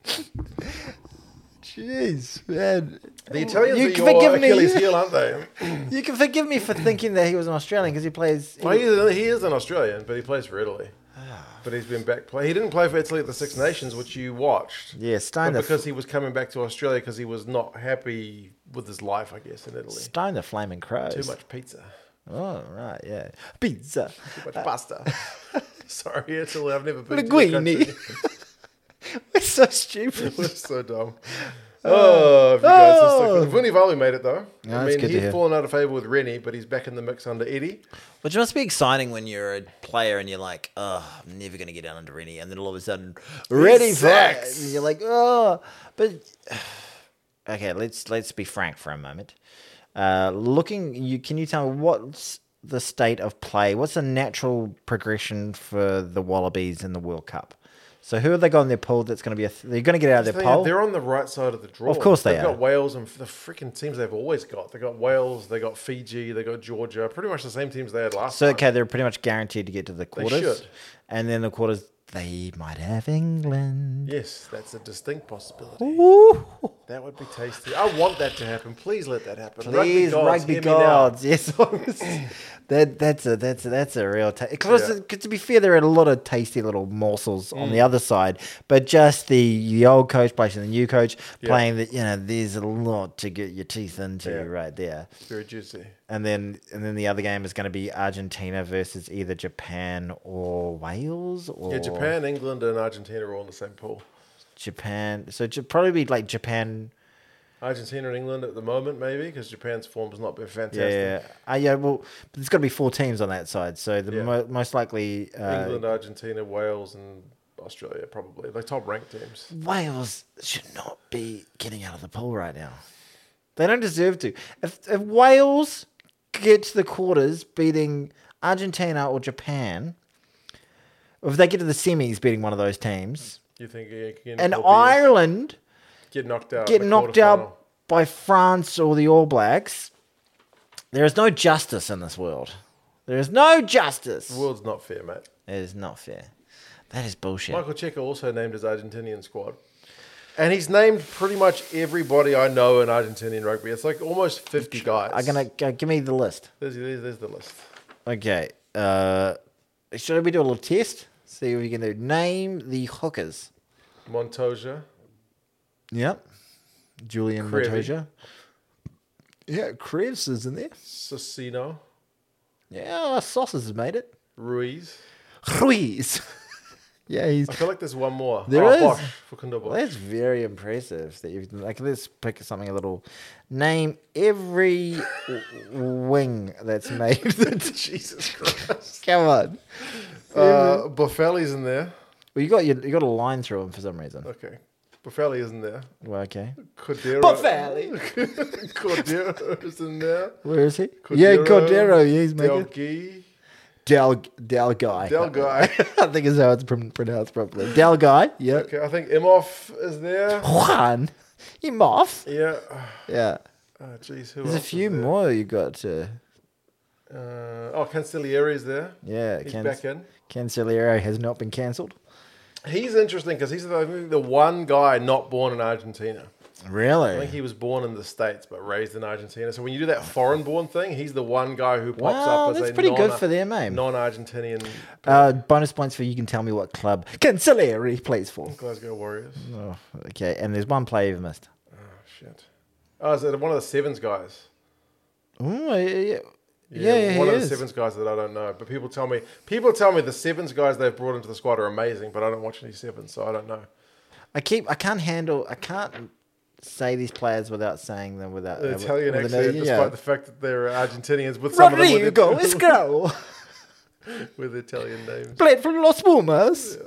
C: <laughs> jeez, man.
A: The Italians
C: You
A: are
C: can
A: your
C: forgive me.
A: Achilles heel, aren't they?
C: You can forgive me for thinking that he was an Australian because
A: <laughs>
C: he plays.
A: Well, he's, he is an Australian, but he plays for Italy.
C: Ah.
A: But he's been back play. He didn't play for Italy at the Six Nations, which you watched.
C: yeah,
A: But
C: Stein the,
A: because he was coming back to Australia because he was not happy with his life, I guess, in Italy.
C: Stein the Flaming Crows.
A: Too much pizza.
C: Oh right, yeah. Pizza.
A: Too much
C: <laughs>
A: pasta. <laughs> Sorry, Italy. I've never been to your
C: Linguini.
A: country.
C: <laughs> We're so
A: <laughs>
C: stupid.
A: We're so dumb. Oh, if you guys are so
C: Oh.
A: cool. Vinny Vali made it though.
C: Yeah,
A: I
C: that's
A: mean,
C: good to
A: he'd
C: hear.
A: fallen out of favor with Rennie, but he's back in the mix under Eddie.
E: Which must be exciting when you're a player and you're like, oh, I'm never going to get down under Rennie. And then all of a sudden,
C: ready for it.
A: sucks.
C: And you're like, oh, but <sighs> okay. Let's let's be frank for a moment. Uh, looking, you can you tell me what's the state of play? What's the natural progression for the Wallabies in the World Cup? So who have they got in their pool? That's going to be a th- they're going to get out of their
A: They,
C: poll.
A: are on the right side of the draw.
C: Of course they
A: They've
C: are.
A: got Wales and f- the freaking teams they've always got. They got Wales, they got Fiji, they got Georgia. Pretty much the same teams they had last
C: So
A: time.
C: okay, they're pretty much guaranteed to get to the quarters,
A: should.
C: and then the quarters they might have England.
A: Yes, that's a distinct possibility.
C: Woo!
A: That would be tasty. I want that to happen. Please let that happen.
C: Please, rugby
A: hear me now.
C: gods. Yes, <laughs> honestly. that that's a that's a, that's a real. Ta- 'cause
A: Yeah. Mm.
C: to be fair, there are a lot of tasty little morsels on the other side, but just the the old coach playing the new coach playing that you know, there's a lot to get your teeth into
A: Yeah.
C: right there,
A: Very juicy.
C: and then and then the other game is going to be Argentina versus either Japan or Wales or
A: Yeah, Japan, England, and Argentina are all in the same pool.
C: Japan. So it'd probably be like Japan.
A: Argentina and England at the moment, maybe, because Japan's form's not been fantastic.
C: Yeah, yeah. Uh, yeah. Well, there's got to be four teams on that side, so the
A: Yeah.
C: mo- most likely uh,
A: England, Argentina, Wales, and Australia probably. They're top ranked teams.
C: Wales should not be getting out of the pool right now. They don't deserve to. If, if Wales get to the quarters beating Argentina or Japan, if they get to the semis beating one of those teams,
A: You think you can
C: and
A: help you
C: Ireland
A: get knocked out? in
C: get
A: uh, the
C: knocked out
A: quarterfinal?
C: by France or the All Blacks, there is no justice in this world. There is no justice.
A: The world's not fair, mate.
C: it is not fair. That is bullshit.
A: Michael Checo also named his Argentinian squad. And he's named pretty much everybody I know in Argentinian rugby. It's like almost 50 guys.
C: I'm gonna uh, give me the list.
A: There's, there's, there's the list.
C: Okay. Uh, should we do a little test? See what we can do. Name the hookers.
A: Montoya,
C: Yep. Julian
A: Krivy.
C: Montoya. Yeah, Krebs is in there.
A: Sosino,
C: Yeah, oh, Sauces has made it.
A: Ruiz.
C: Ruiz. <laughs> yeah, he's.
A: I feel like there's one more. Oh,
C: There is.
A: Bosch, Facundo
C: <laughs> Well,
A: Bosch.
C: that's very impressive. That you like. Let's pick something a little. Name every w- wing that's <laughs> made.
A: Jesus Christ.
C: Come on.
A: Uh, Buffelli's in there.
C: Well, you got your, you got a line through him for some reason.
A: Okay. Buffelli isn't there.
C: Well, okay.
A: Cordero.
C: Buffelli.
A: <laughs> Cordero is in there.
C: Where is he? yeah, Cordero. Yeah, he's making.
A: Delgey,
C: Del Delguy.
A: Delguy.
C: <laughs> I think is how it's pron- pronounced properly. Delguy.
A: <laughs>
C: Yeah.
A: Okay, I think Imhoff is there.
C: Juan. You moth.
A: Yeah.
C: Yeah.
A: Oh, jeez, who
C: There's a
A: else is
C: few
A: there?
C: more you got to.
A: Uh, oh, Cancellieri's there.
C: Yeah.
A: He's
C: Can-
A: back in.
C: Canceliero has not been cancelled.
A: He's interesting because he's the, I think the one guy not born in Argentina. I
C: Really?
A: think he was born in the States but raised in Argentina. So when you do that foreign born thing, he's the one guy who pops
C: Wow,
A: up as
C: that's
A: a
C: pretty good
A: non-
C: for them, eh?
A: non-Argentinian
C: Uh, bonus points for you can tell me what club Cancelieri plays for.
A: Glasgow Warriors.
C: Oh, okay, and there's one player you've missed.
A: Oh, shit. Oh, is it one of the Sevens guys?
C: Ooh, yeah, yeah, yeah,
A: one oh
C: he
A: of
C: is.
A: the Sevens guys that I don't know. But people tell me people tell me the Sevens guys they've brought into the squad are amazing, but I don't watch any Sevens, so I don't know.
C: I keep. I can't handle. I can't say these players without saying them without
A: The
C: uh,
A: Italian
C: with an-
A: accent,
C: yeah.
A: despite the fact that they're Argentinians with some of them
C: Rodrigo <laughs>
A: with, <laughs>
C: Escrow
A: with Italian names.
C: played for Los Pumas.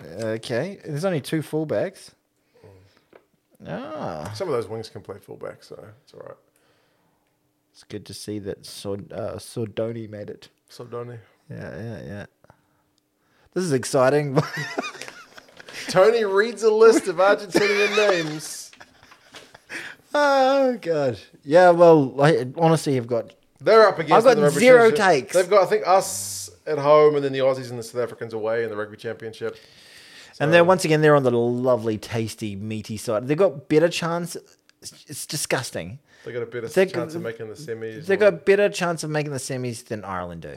C: Okay, there's only two fullbacks. Ah,
A: Some of those wings can play fullback, so it's all right.
C: it's good to see that Sord- uh, Sordoni made it.
A: So Donny.
C: Yeah, yeah, yeah. This is exciting. <laughs>
A: Tony reads a list of Argentinian names.
C: oh god. Yeah. Well, I honestly have got.
A: They're up against.
C: I've got
A: the rugby
C: zero
A: championship.
C: takes.
A: They've got, I think, us at home, and then the Aussies and the South Africans away in the rugby championship.
C: And then once again, they're on the lovely, tasty, meaty side. They've got better chance. It's, it's disgusting.
A: They got a better
C: They-
A: chance of making the semis.
C: They've got better chance of making the semis than Ireland do.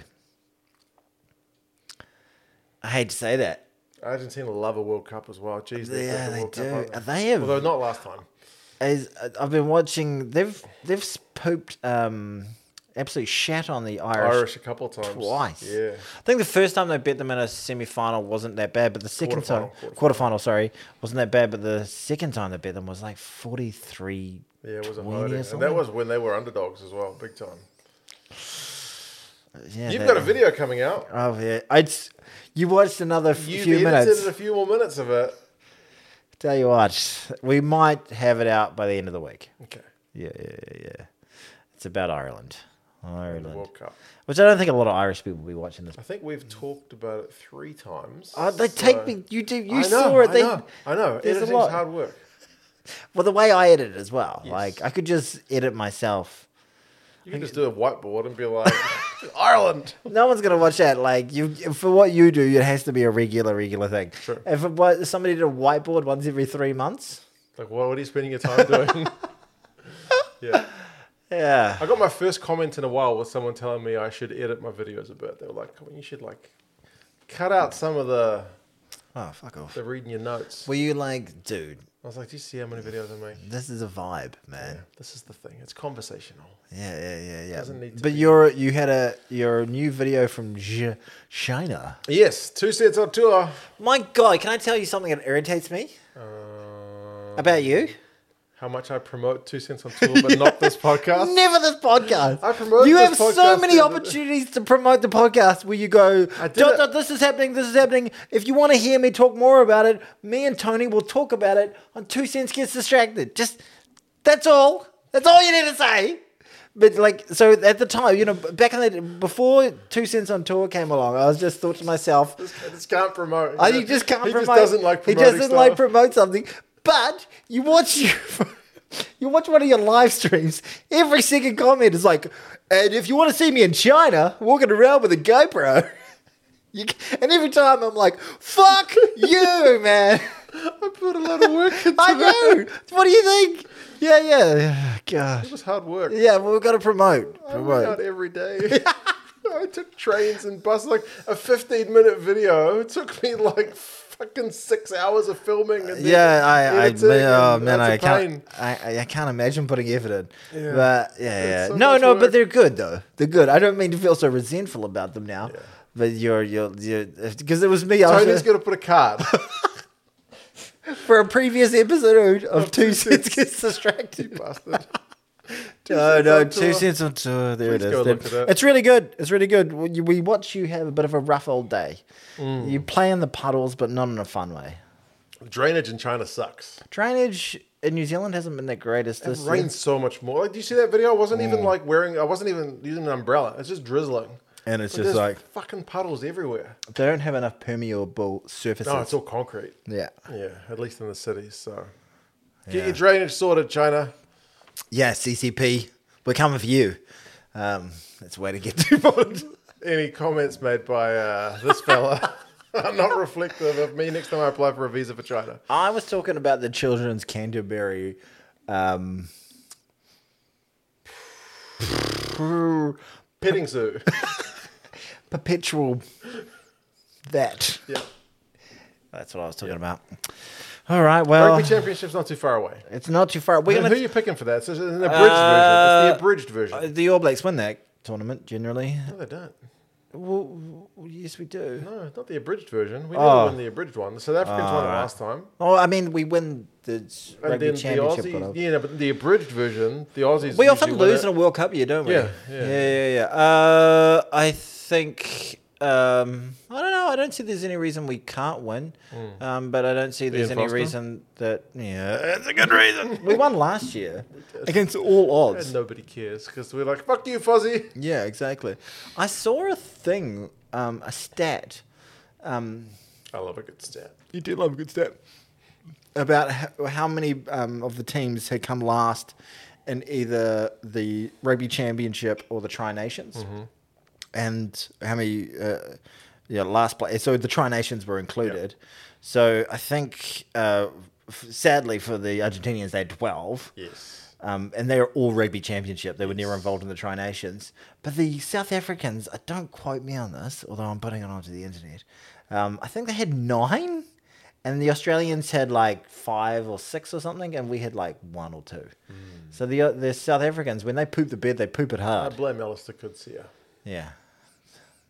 C: I hate to say that.
A: Argentina love a World Cup as well. Jeez, they
C: Yeah,
A: the
C: they
A: World
C: do.
A: Cup, aren't
C: They have-
A: Although not last time.
C: As uh, I've been watching, they've they've pooped um, absolute shat on the Irish.
A: Irish a couple times.
C: Twice.
A: Yeah.
C: I think the first time they beat them in a semi final wasn't that bad, but the second time,
A: Quarterfinal,
C: quarterfinal,
A: quarterfinal.
C: sorry, wasn't that bad. But the second time they beat them was like 43
A: Yeah, it was a
C: 20
A: hiding.
C: or
A: And
C: something.
A: that was when they were underdogs as well, big time.
C: yeah,
A: You've
C: that-
A: got a video coming out.
C: Oh, yeah. I'd, s- you watched another f-
A: You've
C: few
A: edited
C: minutes.
A: a few more minutes of it.
C: Tell you what, we might have it out by the end of the week.
A: Okay.
C: Yeah, yeah, yeah. yeah. It's about Ireland.
A: The
C: Ireland.
A: World Cup.
C: Which I don't think a lot of Irish people will be watching this.
A: I think we've talked about it three times.
C: Oh, Mm. they take
A: so-
C: me. You do. You
A: I know,
C: saw it.
A: I
C: They,
A: know. I know.
C: there's a
A: Editing's
C: lot.
A: hard work.
C: Well, the way I edit as well.
A: Yes.
C: Like I could just edit myself.
A: You can just do a whiteboard and be
C: <laughs>
A: like, Ireland.
C: No one's gonna watch that. Like you, for what you do, it has to be a regular, regular thing.
A: Sure.
C: If it was, somebody did a whiteboard once every three months,
A: Like, what, what are you spending your time
C: <laughs>
A: doing? <laughs> yeah.
C: yeah,
A: I got my first comment in a while with someone telling me I should edit my videos a bit. They were like, "Come on, you should like cut out some of the
C: oh fuck off.
A: the reading your notes.
C: Were you like, dude,
A: I was like, do you see how many videos I make?
C: this is a vibe, man?
A: This is the thing. It's conversational.
C: Yeah, yeah, yeah, yeah.
A: Doesn't need to
C: but
A: be-
C: you're you had a your new video from J- China.
A: Yes, two sets on tour.
C: My God, can I tell you something that irritates me
A: Um,
C: about you?
A: how much I promote two cents on tour, but not
C: <laughs>
A: this podcast.
C: Never this podcast.
A: I promoted
C: You
A: this
C: have so
A: podcast
C: many
A: and-
C: opportunities to promote the podcast where you go,
A: did
C: dot,
A: it.
C: dot, this is happening, this is happening. If you want to hear me talk more about it, me and Tony will talk about it on Two Cents Gets Distracted. Just that's all. That's all you need to say. But like, so at the time, you know, back in the before Two Cents on Tour came along, I was just thought to myself,
A: I just can't promote.
C: I, he Oh, just can't
A: He
C: promote.
A: just doesn't like
C: He
A: promoting
C: doesn't
A: stuff.
C: like promote something. But you watch <laughs> you, you watch one of your live streams. Every second comment is like, and if you want to see me in China walking around with a GoPro, <laughs> you, c- and every time I'm like,
A: <laughs>
C: fuck you, man.
A: I put a lot of work into
C: <laughs> I
A: that.
C: know. What do you think? Yeah, yeah, yeah.
A: It
C: Gosh.
A: was hard work.
C: Yeah, well, we've got to promote.
A: I went out
C: Promote.
A: every day. <laughs> I took trains and buses. Like a 15 minute video It took me like fucking six hours of filming. And then
C: <laughs> Yeah, I, I,
A: editing,
C: man, oh
A: and
C: man,
A: that's a
C: I can't,
A: pain.
C: I, I- I can't imagine putting effort in.
A: Yeah.
C: But yeah, yeah,
A: so
C: no,
A: much
C: no, but
A: work.
C: they're good though. They're good. I don't mean to feel so resentful about them now. But you're, you're, you're, because it was me. I <laughs>
A: Tony's
C: was,
A: going to put a card.
C: for a previous episode
A: Oh,
C: of Two Cents
A: <laughs>
C: Gets Distracted.
A: Bastard.
C: No,
A: Cents
C: no,
A: on
C: Two
A: Tour.
C: Cents on Tour. There
A: Please
C: it
A: go
C: is.
A: look
C: There-
A: at it.
C: It's really good. It's really good. We we watch you have a bit of a rough old day.
A: Mm.
C: You play in the puddles, but not in a fun way.
A: Drainage in China sucks.
C: Drainage in New Zealand hasn't been the greatest this Mm.
A: It
C: year.
A: rains so much more. Like, do you see that video? I wasn't even like wearing. I wasn't even using an umbrella. It's just drizzling.
C: and it's
A: But there's
C: just like
A: fucking puddles everywhere.
C: they don't have enough permeable surfaces.
A: No, it's all concrete.
C: yeah,
A: Yeah, at least in the cities. So get
C: Yeah.
A: your drainage sorted, China.
C: yeah. CCP, we're coming for you. Um, that's a way to get <laughs> to bond.
A: Any comments made by uh, this fella <laughs> are not reflective of me next time I apply for a visa for China.
C: I was talking about the children's Canterbury. Um,
A: Petting zoo.
C: <laughs> perpetual that.
A: Yeah.
C: That's what I was talking about. All right, well,
A: Rugby championship's not too far away.
C: it's not too far. We're
A: Who are
C: gonna
A: you picking for that? It's an abridged version.
C: Uh,
A: It's the abridged version.
C: uh, the All Blacks win that tournament generally.
A: no, they don't.
C: Well, well, yes, we do.
A: No, not the abridged version. We
C: Oh.
A: never win the abridged one. The South Africans won it last time.
C: Oh, I mean, we win the s-
A: And
C: rugby
A: then the
C: championship.
A: Aussie,
C: but I-
A: yeah, no, but the abridged version, the Aussies.
C: we often
A: usually win
C: lose
A: it.
C: in a World Cup year, don't we?
A: Yeah, yeah.
C: yeah, yeah. yeah. Uh, I think um, I don't know. I don't see there's any reason we can't win, um, but I don't see there's any
A: Foster?
C: reason that yeah, it's a good reason. <laughs> we won last year against all odds.
A: And nobody cares because we're like, fuck you, Fozzie.
C: Yeah, exactly. I saw a thing, um, a stat. Um,
A: I love a good stat.
C: you do love a good stat. About how, how many um, of the teams had come last in either the Rugby Championship or the Tri Nations, and how many, uh, yeah, last place. So the Tri Nations were included. So I think, uh, f- sadly for the Argentinians, they had twelve.
A: Yes.
C: Um, and they are all rugby championship. They were never involved in the Tri Nations. But the South Africans, I don't quote me on this, although I'm putting it onto the internet. Um, I think they had nine, and the Australians had like five or six or something, and we had like one or two. So the uh, the South Africans, when they poop the bed, they poop it
A: I
C: hard.
A: blame Alistair Kudsia.
C: Yeah,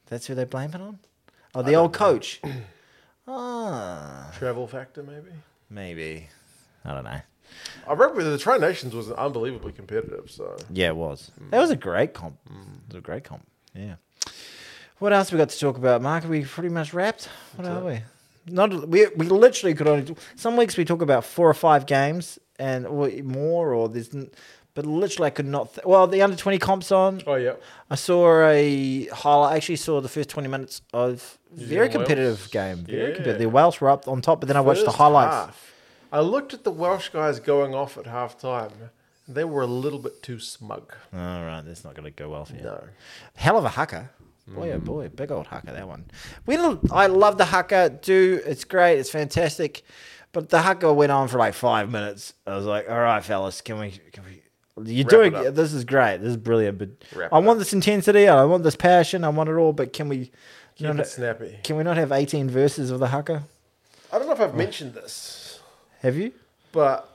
C: that's who they blame it on. Oh, the old coach. ah,
A: Travel factor, maybe?
C: maybe. I don't know.
A: I remember the Tri Nations was unbelievably competitive, so.
C: Yeah, it was.
A: Mm.
C: That was a great comp. It was a great comp. Yeah. What else we got to talk about, Mark? Are we pretty much wrapped? What are we? Not we. We literally could only. Some weeks we talk about four or five games and or more or there's. n- But literally, I could not. Th- well, the under twenty comps on.
A: Oh, yeah.
C: I saw a highlight. I actually saw the first twenty minutes of
A: New
C: very
A: Zealand,
C: competitive
A: Wales.
C: game. Very competitive. The
A: Yeah.
C: Welsh were up on top, but then I watched the
A: First
C: highlights.
A: half, I looked at the Welsh guys going off at half time. They were a little bit too smug.
C: All right, that's not going to go well for you.
A: No.
C: Hell of a hucker. Boy, oh boy, big old hucker, that one. We l- I love the hucker, do it's great, it's fantastic. But the hucker went on for like five minutes. I was like, all right, fellas, can we, can we, you're
A: Wrap it
C: doing,
A: up.
C: this is great, this is brilliant, but
A: Wrap
C: I
A: it
C: want this intensity, I want this passion, I want it all, but can we,
A: Keep
C: not,
A: it snappy.
C: can we not have 18 verses of the hucker?
A: I don't know if I've mentioned this,
C: Have you?
A: but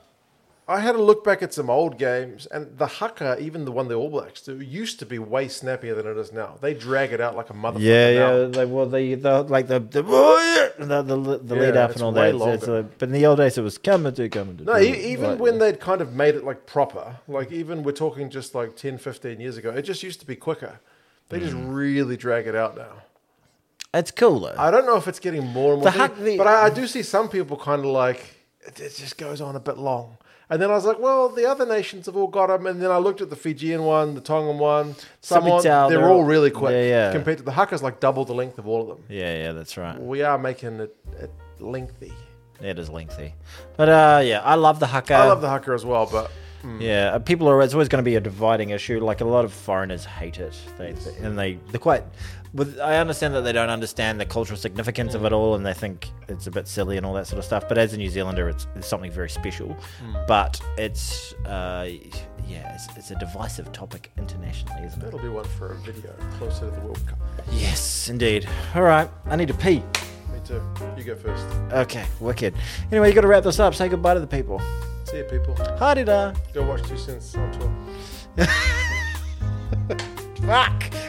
A: I had a look back at some old games, and the Haka, even the one the All Blacks do, used to be way snappier than it is now. They drag it out like a motherfucker.
C: Yeah,
A: now.
C: yeah. They well, they the like the the the, the, the
A: Yeah,
C: lead up
A: it's
C: and all
A: way
C: that. It's- it's
A: longer.
C: a- but in the old days, it was come and do, come and do.
A: No,
C: come
A: e-
C: and do.
A: even
C: Like,
A: when they'd kind of made it like proper, like even we're talking just like 10, 15 years ago, it just used to be quicker. They just
C: Mm.
A: really drag it out now.
C: it's cool though.
A: I don't know if it's getting more and more,
C: The hack- the-
A: but I, I do see some people kind of like it, it just goes on a bit long. And then I was like, well, the other nations have all got them. And then I looked at the Fijian one, the Tongan one, Samoan.
C: Tao,
A: They're,
C: they're
A: all
C: all-
A: really quick
C: Yeah, yeah.
A: compared to the Haka's like double the length of all of them.
C: yeah, yeah, that's right.
A: We are making it, it lengthy.
C: It is lengthy, but uh, yeah, I love the haka.
A: I love the Haka as well, but
C: Yeah, uh, people are. It's always going to be a dividing issue. Like a lot of foreigners hate it, they, they- and they they're quite. With I understand that they don't understand the cultural significance of it all, and they think it's a bit silly and all that sort of stuff. But as a New Zealander, it's, it's something very special.
A: Hmm.
C: But it's uh, yeah, it's, it's a divisive topic internationally, isn't it?
A: that'll be one for a video closer to the World Cup.
C: Yes, indeed. All right, I need to pee.
A: Me too. You go first.
C: Okay, wicked. Anyway, you got to wrap this up. Say goodbye to the people.
A: See you, people.
C: Hi, da.
A: Go watch Two Cents on tour.
C: Fuck.